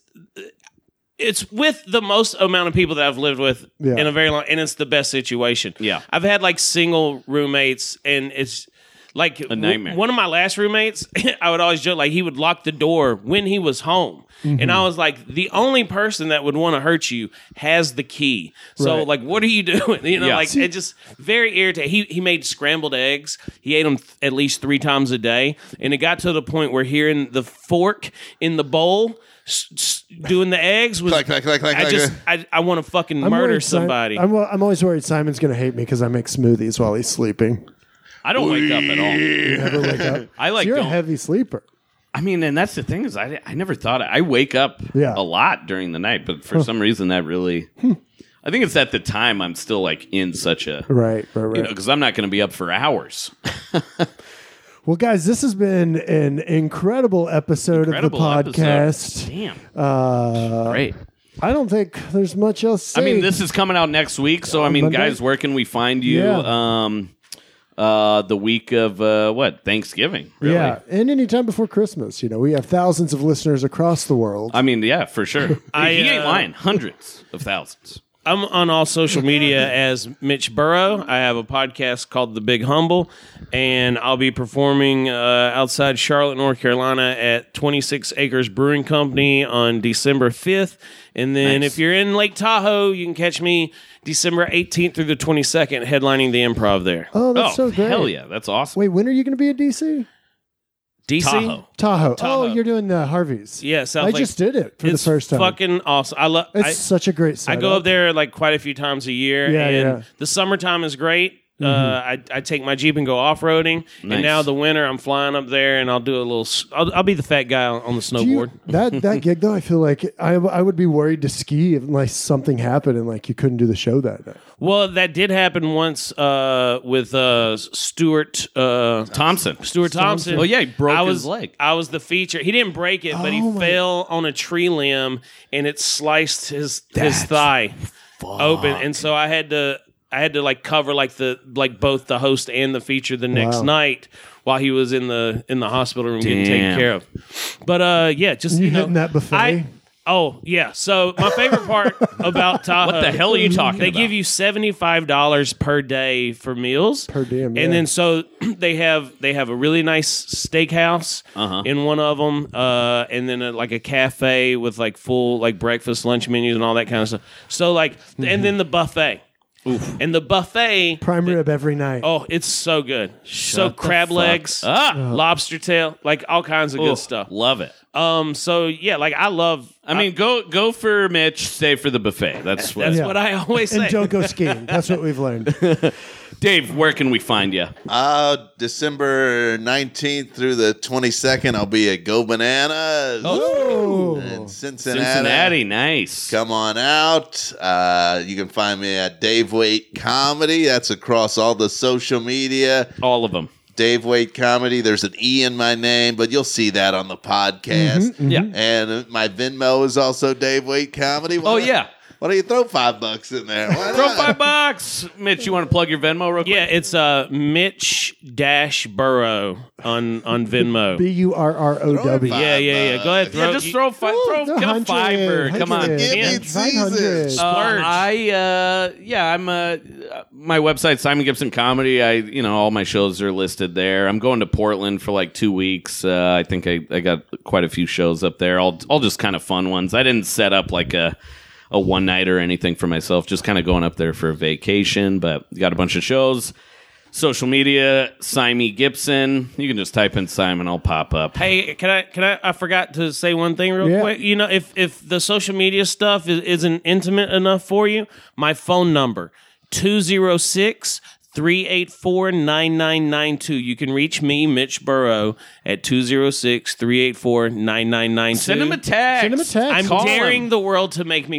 S4: it's with the most amount of people that i've lived with
S3: Yeah.
S4: in a very long and it's the best situation
S2: Yeah.
S4: i've had like single roommates and it's Like w-
S2: nightmare.
S4: one of my last roommates, [laughs] I would always joke like he would lock the door when he was home,
S3: Mm-hmm.
S4: and I was like, the only person that would want to hurt you has the key. So
S3: Right.
S4: like, what are you [laughs] doing? You know,
S2: Yeah.
S4: like it just very irritating. He he made scrambled eggs. He ate them th- at least three times a day, and it got to the point where hearing the fork in the bowl. s- s- Doing the eggs was
S5: Clack, clack, clack, clack,
S4: I
S5: clack.
S4: just I, I want to fucking
S3: I'm
S4: murder
S3: worried Si-
S4: somebody.
S3: I'm, wo- I'm always worried Simon's going to hate me because I make smoothies while he's sleeping.
S2: I don't wake up at all.
S3: Never wake
S2: [laughs]
S3: up.
S2: I like
S3: You're
S2: don't.
S3: a heavy sleeper.
S2: I mean, and that's the thing is I, I never thought I wake up
S3: Yeah. Hmm.
S2: a lot during the night, but for some reason that really I think it's at the time I'm still like in such a
S3: Right, right, right.
S2: you know because I'm not going to be up for hours.
S3: well, guys, this has been an incredible episode
S2: Incredible
S3: of the podcast. [laughs]
S2: Episode. Damn,
S3: Uh,
S2: great.
S3: I don't think there's much else. To
S2: I
S3: say.
S2: mean, this is coming out next week, so I mean,
S3: Monday?
S2: guys, where can we find you?
S3: Yeah.
S2: Um, uh, the week of uh, what Thanksgiving? Really?
S3: Yeah, and any time before Christmas, you know, we have thousands of listeners across the world.
S2: I mean, yeah, for
S3: [laughs]
S2: sure.
S4: I,
S2: he ain't
S4: uh,
S2: lying. Hundreds of thousands.
S4: I'm on all
S3: [laughs]
S4: social media as Mitch Burrow. I have a podcast called The Big Humble, and I'll be performing uh, outside Charlotte, North Carolina at 26 Acres Brewing Company on December 5th. And then
S2: Nice.
S4: if you're in Lake Tahoe, you can catch me December 18th through the 22nd headlining the improv there.
S3: oh, that's
S2: oh,
S3: so great.
S2: hell yeah, that's awesome.
S3: Wait, when are you going to be in DC?
S4: DC?
S2: Tahoe.
S3: Tahoe.
S4: Tahoe.
S3: Oh, you're doing the Harveys.
S4: Yeah, South
S3: I
S4: Lake.
S3: just did it for
S4: it's
S3: the first time.
S4: fucking awesome. I love
S3: it's such a great
S4: I
S3: setup.
S4: go up there like quite a few times a year,
S3: Yeah,
S4: and
S3: yeah. Mm-hmm.
S4: the summertime is great. Uh, I, I take my jeep and go off roading,
S2: Nice.
S4: and now the winter I'm flying up there and I'll do a little. s- I'll, I'll be the fat guy on on the
S3: Do you-
S4: snowboard.
S3: that that gig though, I feel like I, I would be worried to ski unless something happened and like you couldn't do the show that night.
S4: well, that did happen once uh, with uh, Stuart uh,
S2: Thompson.
S4: Stuart Thompson.
S2: Oh, yeah, he broke
S4: I
S2: his
S4: was,
S2: leg.
S4: I was the feature. He didn't break it, but he
S3: Oh, my-
S4: fell on a tree limb and it sliced his his thigh open, and so I had to I had to like cover like the like both the host and the feature the next
S3: Wow.
S4: night while he was in the in the hospital room getting taken
S2: Damn.
S4: care of. But uh, yeah, just
S3: You
S4: you, know,
S3: hitting that buffet?
S4: I, oh yeah. So my favorite part about Tahoe.
S2: [laughs] What the hell are you talking
S4: They
S2: about?
S4: give you seventy five dollars per day for meals
S3: Per diem,
S4: and
S3: yeah.
S4: then so [clears throat] they have they have a really nice steakhouse
S2: Uh-huh.
S4: in one of them, uh, and then a, like a cafe with like full like breakfast, lunch menus, and all that kind of stuff. So like,
S3: Mm-hmm.
S4: and then the buffet, Oof. and the buffet.
S3: Prime rib every night.
S4: Oh, it's so good. so
S2: the
S4: crab
S2: fuck
S4: legs,
S2: up. Ah.
S4: lobster tail, like all kinds of
S2: Oh,
S4: good stuff.
S2: Love it.
S4: Um, so yeah, like I love.
S2: I mean, go go for Mitch, stay for the buffet. That's what.
S4: that's
S3: Yeah.
S4: what I [laughs] always say.
S3: and don't go skiing. That's what we've
S4: [laughs]
S3: learned.
S2: Dave, where can we find you?
S5: Uh, December 19th through the 22nd, I'll be at Go Bananas in
S3: Oh,
S5: Cincinnati.
S2: Cincinnati, nice.
S5: Come on out. Uh, you can find me at Dave Waite Comedy. That's across all the social media.
S2: All of them.
S5: Dave Waite Comedy. There's an E in my name, but you'll see that on the podcast.
S2: Yeah.
S5: And my Venmo is also Dave Waite Comedy. Why
S2: Oh,
S5: not-
S2: yeah.
S5: Why don't you throw five bucks in there? Why
S2: Throw
S5: not?
S2: five bucks, Mitch. You want to plug your Venmo real quick?
S4: Yeah, it's uh Mitch Dash Burrow on on
S3: [laughs]
S4: Venmo.
S3: B U R R O
S5: Throw
S3: W.
S5: five
S4: Yeah, yeah,
S5: bucks.
S4: yeah. Go ahead.
S2: Yeah, just throw five. Throw
S3: the
S2: get a
S3: hundred,
S2: fiver. Come on.
S3: hundred.
S5: Give me
S2: man.
S5: Jesus.
S3: 900.
S2: Uh,
S4: Splurge.
S2: I uh, yeah, I'm uh, my website Simon Gibson Comedy. I you know all my shows are listed there. I'm going to Portland for like two weeks. Uh, I think I, I got quite a few shows up there. All all just kind of fun ones. I didn't set up like a a one night or anything for myself. Just kind of going up there for a vacation. But got a bunch of shows. Social media, Simon Gibson. You can just type in Simon. I'll pop up.
S4: Hey, can I? Can I? I forgot to say one thing real
S3: Yeah.
S4: quick. You know, if if the social media stuff is, isn't intimate enough for you, my phone number 206 384 9992. You can reach me, Mitch Burrow, at 206 384 9992.
S2: Send him a text.
S3: Send him a text.
S4: I'm
S2: Call him.
S4: daring the world to make me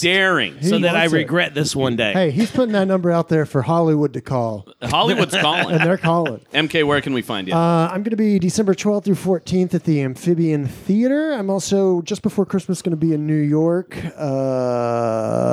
S2: He's daring.
S4: so
S3: He
S4: that I
S3: wants it.
S4: regret this one day.
S3: Hey, he's putting that number out there for Hollywood to call, [laughs]
S2: Hollywood's
S3: and
S2: calling.
S3: they're calling.
S2: [laughs] MK, where can we find you?
S3: Uh, I'm going to be December 12th through 14th at the Amphibian Theater. I'm also just before Christmas going to be in New York. Uh,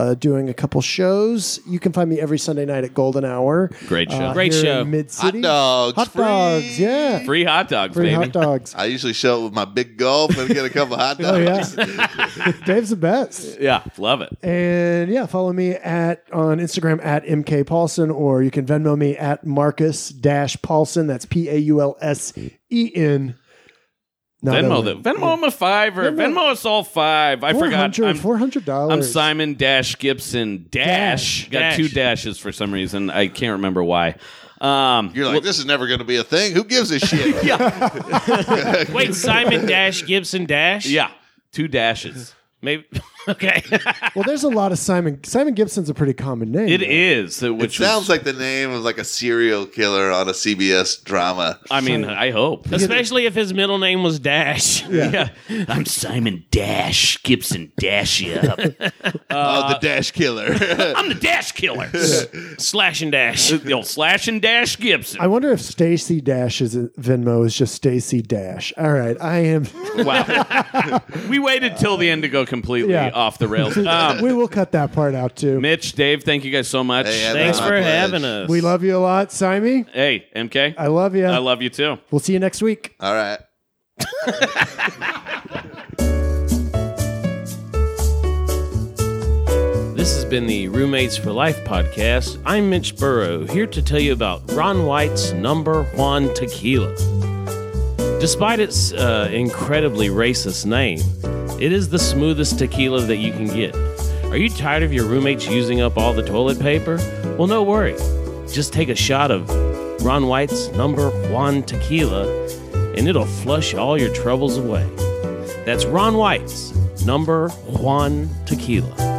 S3: uh, doing a couple shows. You can find me every Sunday night at Golden Hour. Uh,
S2: Great show.
S4: Great show.
S3: Mid City.
S5: Hot dogs,
S3: Hot
S5: free.
S3: dogs. Yeah.
S2: Free hot dogs,
S3: Free
S2: baby.
S3: hot dogs.
S5: I usually show up with my big golf and get a couple hot dogs.
S3: Oh yeah.
S5: [laughs]
S3: [laughs] Dave's the best.
S2: yeah, love it.
S3: And yeah, follow me at on Instagram at MK Paulson, or you can Venmo me at Marcus Dash Paulson. That's P A U L S E N. Not
S2: Venmo
S3: Owen.
S2: the Venmo him a five or
S3: Venmo-
S2: Venmo us all five. I forgot.
S3: 400
S2: I'm,
S3: $400.
S2: I'm Simon Dash Gibson Dash.
S3: Dash.
S2: Got
S4: Dash.
S2: two dashes for some reason. I can't remember why. Um,
S5: You're like, this is never going to be a thing. Who gives a shit?
S4: Wait, Simon Dash Gibson Dash?
S2: yeah, two dashes.
S4: Maybe. Okay.
S3: Well, there's a lot of Simon. Simon Gibson's a pretty common name.
S2: [laughs] It
S3: though.
S2: is, uh,
S5: Which
S2: which
S5: sounds
S2: was-
S5: like the name of like a serial killer on a CBS drama.
S2: I mean, I hope.
S4: Especially if his middle name was Dash.
S2: Yeah. [laughs] I'm Simon Dash Gibson Dash you [laughs] up.
S5: oh, the Dash Killer.
S2: I'm the Dash Killer.
S4: Slash and Dash.
S2: the old slash and Dash Gibson.
S3: I wonder if Stacy Dash's Venmo is just Stacy Dash. All right, I am.
S2: Wow.
S3: [laughs]
S2: we waited till the end to go completely
S3: Yeah.
S2: off
S3: [laughs]
S2: the rails. [laughs] Um,
S3: we will cut that part out too.
S2: Mitch, Dave, thank you guys so much.
S5: Hey, I-
S4: Thanks
S5: My
S4: for
S5: pleasure.
S4: having us.
S3: We love you a lot, Simon.
S2: Hey, MK.
S3: I love you.
S2: I love you too.
S3: we'll see you next week.
S5: [laughs] All right.
S4: This has been the Roommates for Life podcast. I'm Mitch Burrow, here to tell you about Ron White's number one tequila. Despite its uh, incredibly racist name, it is the smoothest tequila that you can get. Are you tired of your roommates using up all the toilet paper? Well, no worry. Just take a shot of Ron White's number one tequila, and it'll flush all your troubles away. That's Ron White's number one tequila.